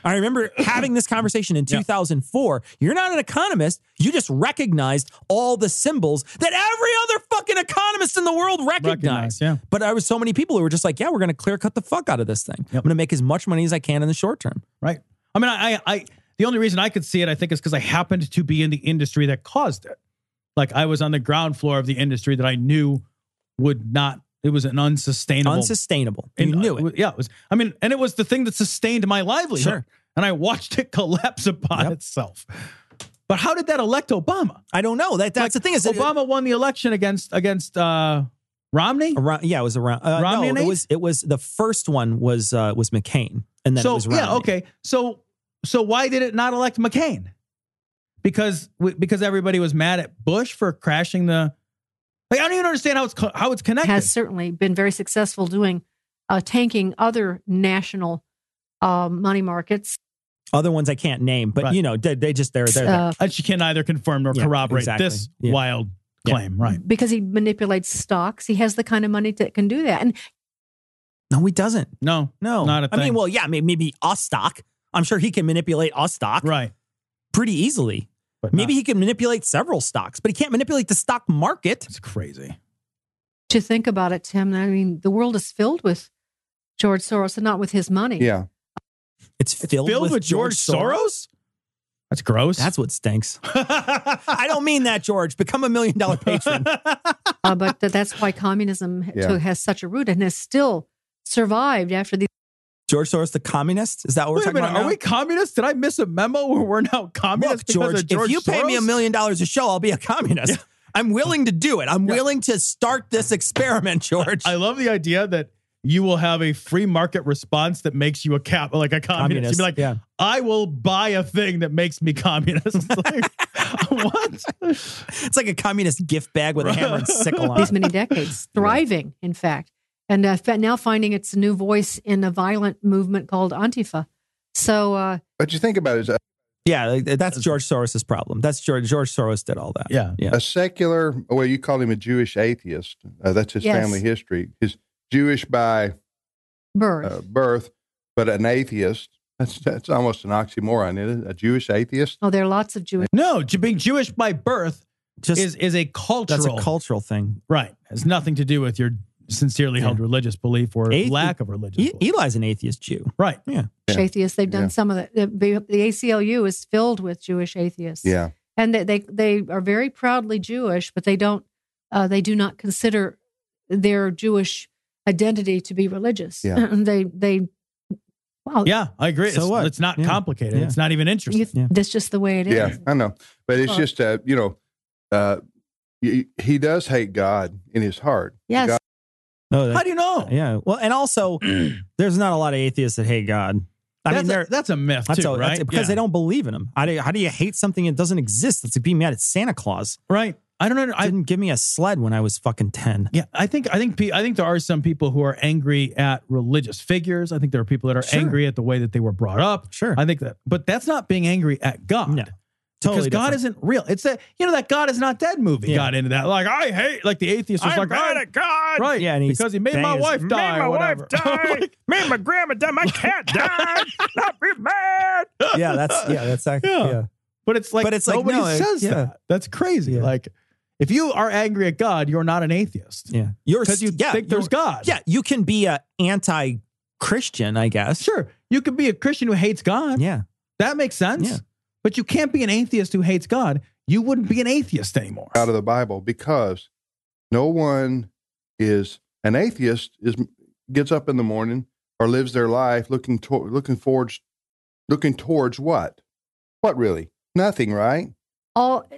S2: I remember having this conversation in 2004. You're not an economist. You just recognized all the symbols that every other fucking economist in the world recognized.
S1: Recognized, yeah.
S2: But there was so many people who were just like, yeah, we're going to clear cut the fuck out of this thing. I'm going to make as much money as I can in the short term.
S1: Right. I mean, I, I, I the only reason I could see it, I think, is because I happened to be in the industry that caused it. Like I was on the ground floor of the industry that I knew would not. It was an unsustainable, uh,
S2: Unsustainable. You knew it.
S1: Yeah, it was. I mean, and it was the thing that sustained my livelihood,
S2: Sure.
S1: and I watched it collapse upon itself. But how did that elect Obama?
S2: I don't know. That that's the thing is that-
S1: Obama won the election against against uh, Romney.
S2: Around, yeah, it was around. Uh,
S1: Romney
S2: no,
S1: and
S2: it
S1: eight?
S2: was it was the first one was uh, was McCain, and then
S1: so
S2: it was Romney.
S1: yeah, okay. So so why did it not elect McCain? Because w- because everybody was mad at Bush for crashing the. Like I don't even understand how it's co- how it's connected.
S18: has certainly been very successful doing uh, tanking other national uh, money markets.
S2: Other ones I can't name, but you know they, they just they're they're there.
S18: Uh,
S1: and she can neither confirm nor
S2: Yeah,
S1: corroborate
S2: exactly.
S1: this
S2: Yeah.
S1: wild claim, right?
S18: Because he manipulates stocks, he has the kind of money that can do that. And
S2: No, he doesn't.
S1: No,
S2: no,
S1: not a
S2: I mean,
S1: thing.
S2: well, yeah, may- maybe us stock. I'm sure he can manipulate us stock,
S1: right?
S2: Pretty easily. maybe he can manipulate several stocks, but he can't manipulate the stock market. It's
S1: crazy.
S18: to think about it, Tim, I mean, the world is filled with George Soros and not with his money.
S2: It's filled,
S1: filled
S2: with,
S1: with George Soros? That's gross.
S2: That's what stinks. I don't mean that, George. Become a million dollar patron.
S18: uh, but th- that's why communism
S2: Yeah.
S18: took, has such a root and has still survived after the
S2: George Soros, the communist? Is that what we're
S1: Wait a
S2: talking
S1: minute,
S2: about?
S1: are
S2: now?
S1: we communists? Did I miss a memo where we're now communists
S2: Look,
S1: because
S2: George,
S1: of George
S2: if you pay me a
S1: Soros?
S2: million dollars a show, I'll be a communist. I'm willing to do it. I'm willing to start this experiment, George.
S1: I love the idea that you will have a free market response that makes you a cap like a communist.
S2: Communist,
S1: You'd be like,
S2: yeah.
S1: I will buy a thing that makes me communist. It's like, what?
S2: It's like a communist gift bag with a hammer and sickle on
S18: these
S2: it.
S18: many decades, thriving, in fact, and uh, fa- now finding its new voice in a violent movement called Antifa. So, uh,
S19: But you think about it,
S2: Yeah, like, that's George Soros's problem. That's George. George Soros did all that.
S1: Yeah,
S2: yeah.
S19: a secular, well, you call him a Jewish atheist. Uh, that's his
S18: Yes.
S19: family history. He's Jewish by
S18: birth,
S19: uh, birth, but an atheist. That's, that's almost an oxymoron, isn't it? A Jewish atheist.
S18: oh, there are lots of Jewish.
S1: No, Ju- being Jewish by birth
S2: Just-
S1: is is a cultural.
S2: That's a cultural thing.
S1: right. Has nothing to do with your sincerely held religious belief or
S2: Athe-
S1: lack of religious.
S2: E- Eli's an atheist Jew.
S1: Right.
S2: Yeah.
S18: atheists. They've done
S2: Yeah.
S18: some of that. The, the ACLU is filled with Jewish atheists.
S19: Yeah.
S18: and they, they they are very proudly Jewish, but they don't uh, they do not consider their Jewish identity to be religious.
S1: Yeah.
S18: they they wow.
S1: Yeah, I agree.
S19: So
S1: it's,
S19: what?
S1: it's not
S19: Yeah.
S1: complicated.
S19: Yeah.
S1: It's not even interesting.
S18: That's just the way it is.
S19: Yeah, I know, but it's
S18: Well-
S19: just uh, you know, uh, y- he does hate God in his heart.
S18: Yes.
S19: God-
S2: How do
S1: you know?
S2: Oh, Yeah. Well, and also, there's not a lot of atheists that hate God. I
S1: That's
S2: mean,
S1: a-
S2: they're-
S1: that's a myth too,
S2: a-
S1: right?
S2: because
S1: Yeah.
S2: they don't believe in him. How do, you, how do you hate something that doesn't exist? That's like being mad at Santa Claus.
S1: Right. I don't know. I
S2: didn't give me a sled when I was fucking 10.
S1: Yeah, I think I think pe- I think there are some people who are angry at religious figures. I think there are people that are
S2: Sure.
S1: angry at the way that they were brought up. Sure, I think that, but that's not being angry at God. Because
S2: Totally
S1: God
S2: different.
S1: isn't real. It's a you know that God is not dead movie got into that. Like I hate like the atheist was
S2: I'm
S1: like
S2: mad
S1: "I'm-"
S2: at God.
S1: right?
S2: Yeah, and he's
S1: because he made my
S2: banging his-
S1: wife
S2: Made
S1: die.
S2: my
S1: or
S2: wife
S1: whatever.
S2: die.
S1: me and my grandma died. My cat died. Not be mad.
S2: Yeah, that's- yeah, that's act- yeah.
S1: But it's like
S2: But it's like,
S1: nobody
S2: no, it-
S1: says
S2: yeah.
S1: that. That's crazy. Like if you are angry at God, you're not an atheist.
S2: Yeah, you're
S1: because you
S2: st- yeah,
S1: think there's
S2: you're-
S1: God.
S2: Yeah, you can be a anti-Christian, I guess.
S1: Sure, you could be a Christian who hates God.
S2: Yeah,
S1: that makes sense.
S2: Yeah.
S1: But you can't be an atheist who hates God. You wouldn't be an atheist anymore.
S19: out of the Bible because no one is an atheist is gets up in the morning or lives their life looking to, looking towards looking towards what? What really? Nothing, right?
S18: All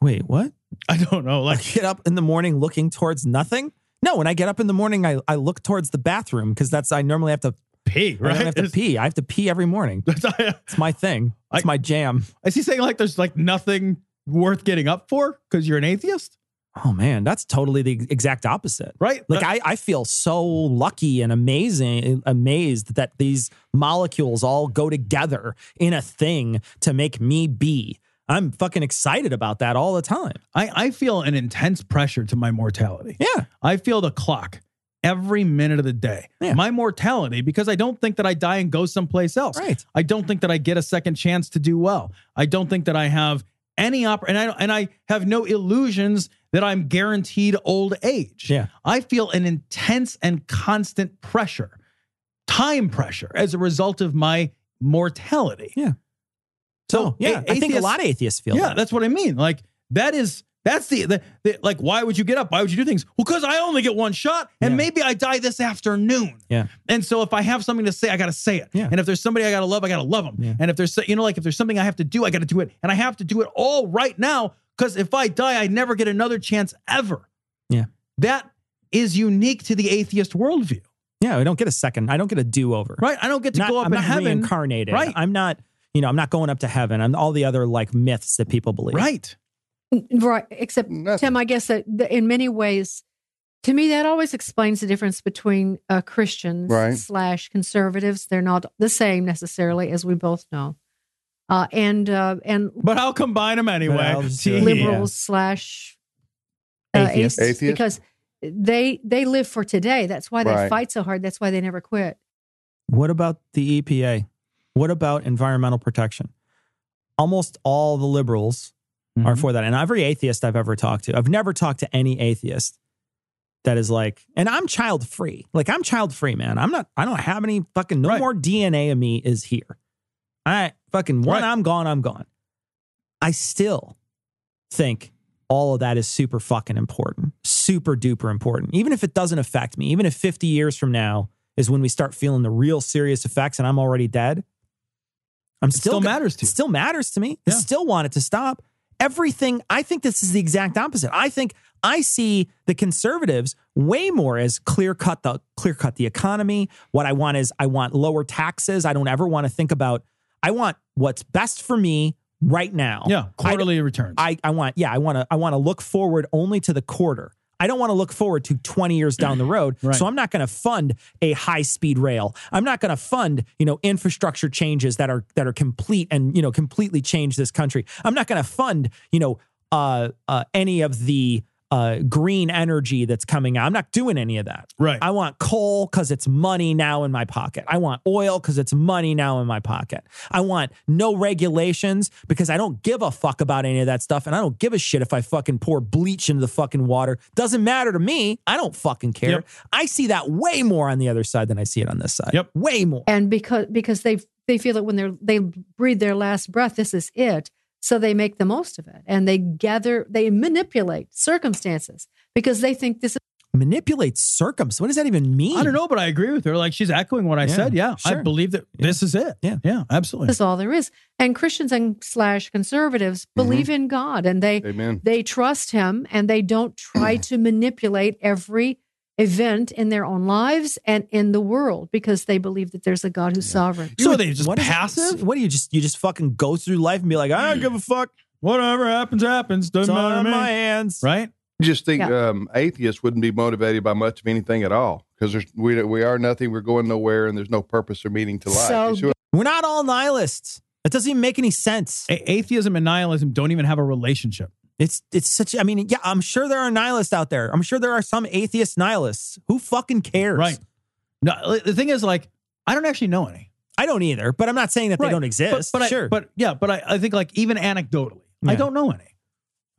S2: Wait, what?
S1: I don't know. Like
S2: get up in the morning looking towards nothing. No, when I get up in the morning, I, I look towards the bathroom because that's I normally have to
S1: pee.
S2: I
S1: right?
S2: don't have to
S1: It's-
S2: pee. I have to pee every morning. it's my thing. It's my jam.
S1: Is he saying like there's like nothing worth getting up for because you're an atheist?
S2: Oh man, that's totally the exact opposite.
S1: Right?
S2: Like I, I feel so lucky and amazing amazed that these molecules all go together in a thing to make me be. I'm fucking excited about that all the time.
S1: I, I feel an intense pressure to my mortality.
S2: Yeah.
S1: I feel the clock every minute of the day. My mortality, because I don't think that I die and go someplace else. Right. I don't think that I get a second chance to do well. I don't think that I have any opp and I and I have no illusions that I'm guaranteed old age. Yeah. I feel an intense and constant pressure, time pressure as a result of my mortality.
S2: Yeah.
S1: So
S2: Oh, yeah, I think a lot of atheists feel
S1: Yeah,
S2: that.
S1: that's what I mean. Like that is that's the, the, the like why would you get up? Why would you do things? Well, because I only get one shot, and maybe I die this afternoon.
S2: Yeah.
S1: And so if I have something to say, I gotta say it. Yeah. And if there's somebody I gotta love, I gotta love them. And if there's so- you know like if there's something I have to do, I gotta do it, and I have to do it all right now because if I die, I never get another chance ever.
S2: Yeah.
S1: That is unique to the atheist worldview.
S2: Yeah, I don't get a second. I don't get a do over.
S1: Right. I don't get to
S2: Not-
S1: go up
S2: I'm
S1: in
S2: not
S1: heaven.
S2: Reincarnated.
S1: Right.
S2: I'm not. You know, I'm not going up to heaven. I'm all the other like myths that people believe.
S1: Right.
S18: Right. Except, Tim, I guess that the, in many ways, to me, that always explains the difference between uh, Christians
S19: Right.
S18: slash conservatives. They're not the same necessarily, as we both know. Uh, and uh, and
S1: But I'll combine them anyway. E. See?
S18: liberals slash uh,
S1: Atheists.
S18: atheists,
S1: Atheists.
S18: because they they live for today. That's why they
S2: Right.
S18: fight so hard. That's why they never quit.
S2: What about the EPA? What about environmental protection? Almost all the liberals
S1: Mm-hmm.
S2: are for that. And every atheist I've ever talked to, I've never talked to any atheist that is like, and I'm child free. Like I'm child free, man. I'm not, I don't have any fucking, no more DNA of me is here. I fucking, when I'm gone, I'm gone. I still think all of that is super fucking important, super duper important. Even if it doesn't affect me, even if 50 years from now is when we start feeling the real serious effects and I'm already dead, I'm still,
S1: still
S2: matters to still matters to me. I still want it to stop. Everything. I think this is the exact opposite. I think I see the conservatives way more as clear cut the clear cut the economy. What I want is I want lower taxes. I don't ever want to think about. I want what's best for me right now.
S1: Yeah,
S2: quarterly
S1: returns.
S2: I, I want. Yeah, I want to. I want to look forward only to the quarter. I don't want to look forward to 20 years down the road. So I'm not going to fund a high speed rail. I'm not going to fund, you know, infrastructure changes that are that are complete and, you know, completely change this country. I'm not going to fund, you know, uh, uh, any of the uh, green energy that's coming out. I'm not doing any of that.
S1: Right.
S2: I want coal because it's money now in my pocket. I want oil because it's money now in my pocket. I want no regulations because I don't give a fuck about any of that stuff. And I don't give a shit if I fucking pour bleach into the fucking water. Doesn't matter to me. I don't fucking care.
S18: Yep.
S2: I see that way more on the other side than I see it on this side. Yep. Way more.
S18: and because because they they feel that when they are they breathe their last breath this is it so they make the most of it and they gather they manipulate circumstances because they think this is
S2: Manipulate circumstance. What does that even mean?
S1: I don't know, but I agree with her. Like she's echoing what I
S2: Yeah,
S1: said. Yeah, I
S2: sure.
S1: believe that this is it. Yeah, yeah, absolutely.
S18: That's all there is. And Christians and slash conservatives believe in God and they
S19: Mm-hmm. Amen.
S18: they trust him and they don't try to manipulate every event in their own lives and in the world because they believe that there's a God who's sovereign.
S2: So they just passive? what do you just you just fucking go through life and be like, I don't give a fuck.
S1: Whatever happens, happens. Doesn't
S2: It's
S1: matter
S2: on
S1: to me.
S2: my hands.
S1: Right?
S19: You just think
S2: Yeah.
S19: um, atheists wouldn't be motivated by much of anything at all because we we are nothing. We're going nowhere, and there's no purpose or meaning to life. You see what-
S2: we're not all nihilists. That doesn't even make any sense.
S1: atheism and nihilism don't even have a relationship.
S2: It's it's such. I mean, yeah, I'm sure there are nihilists out there. I'm sure there are some atheist nihilists. Who fucking cares? Right.
S1: No, the thing is, like, I don't actually know any.
S2: I don't either. But I'm not saying that
S1: Right.
S2: they don't exist.
S1: But, but
S2: sure.
S1: I, but yeah, but I, I think like even anecdotally, I
S2: Yeah.
S1: don't know any.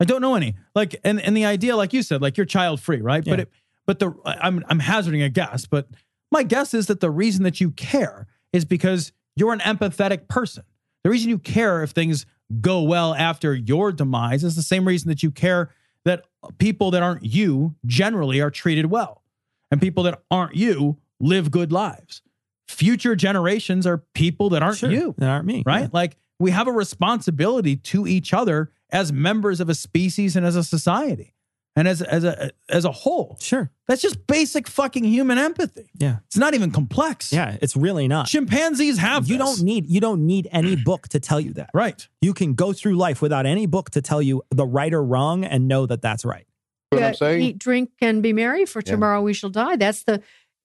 S1: I don't know any. Like and and the idea, like you said, like you're child free, right? But it but the I'm I'm hazarding a guess, but my guess is that the reason that you care is because you're an empathetic person. The reason you care if things go well after your demise is the same reason that you care that people that aren't you generally are treated well. And people that aren't you live good lives. Future generations are people that aren't you.
S2: That aren't me.
S1: Right? Like we have a responsibility to each other as members of a species and as a society and as as a as a whole.
S2: Sure.
S1: That's just basic fucking human empathy.
S2: Yeah.
S1: It's not even complex.
S2: Yeah, it's really not.
S1: Chimpanzees have
S2: You don't need you don't need any book to tell you that.
S1: Right.
S2: You can go through life without any book to tell you the right or wrong and know that that's right.
S18: Yeah, Eat, drink, and be merry, for
S2: Yeah.
S18: tomorrow we shall die. That's the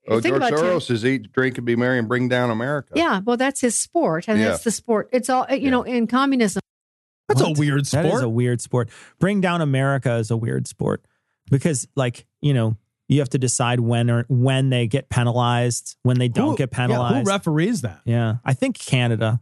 S19: Oh,
S18: think
S19: George
S18: about Tim-
S19: Soros is eat, drink, and be merry and bring down America.
S18: Yeah, well, that's his sport, and
S19: Yeah.
S18: that's the sport. It's all you know in communism.
S1: That's a weird sport.
S2: That is a weird sport. Bring down America is a weird sport because, like, you know, you have to decide when or when they get penalized, when they don't
S1: Who-
S2: get
S1: yeah,
S2: penalized.
S1: who referees that?
S2: Yeah, I think Canada.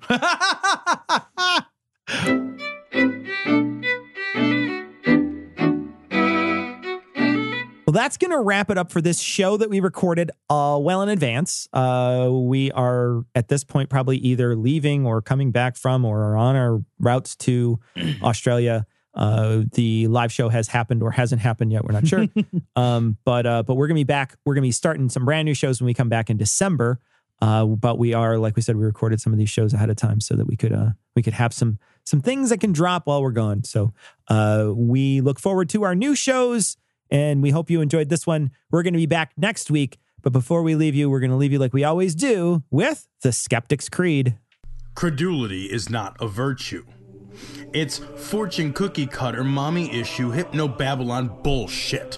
S2: Well, that's going to wrap it up for this show that we recorded uh, well in advance. Uh, we are at this point probably either leaving or coming back from or are on our routes to Australia. Uh, the live show has happened or hasn't happened yet. We're not sure. um, but uh, but we're going to be back. We're going to be starting some brand new shows when we come back in December. Uh, but we are, like we said, we recorded some of these shows ahead of time so that we could uh, we could have some some things that can drop while we're gone. So uh, we look forward to our new shows, and we hope you enjoyed this one. We're going to be back next week, but before we leave you, we're going to leave you like we always do with the Skeptic's Creed.
S20: Credulity is not a virtue. It's fortune cookie cutter, mommy issue, hypnobabylon bullshit.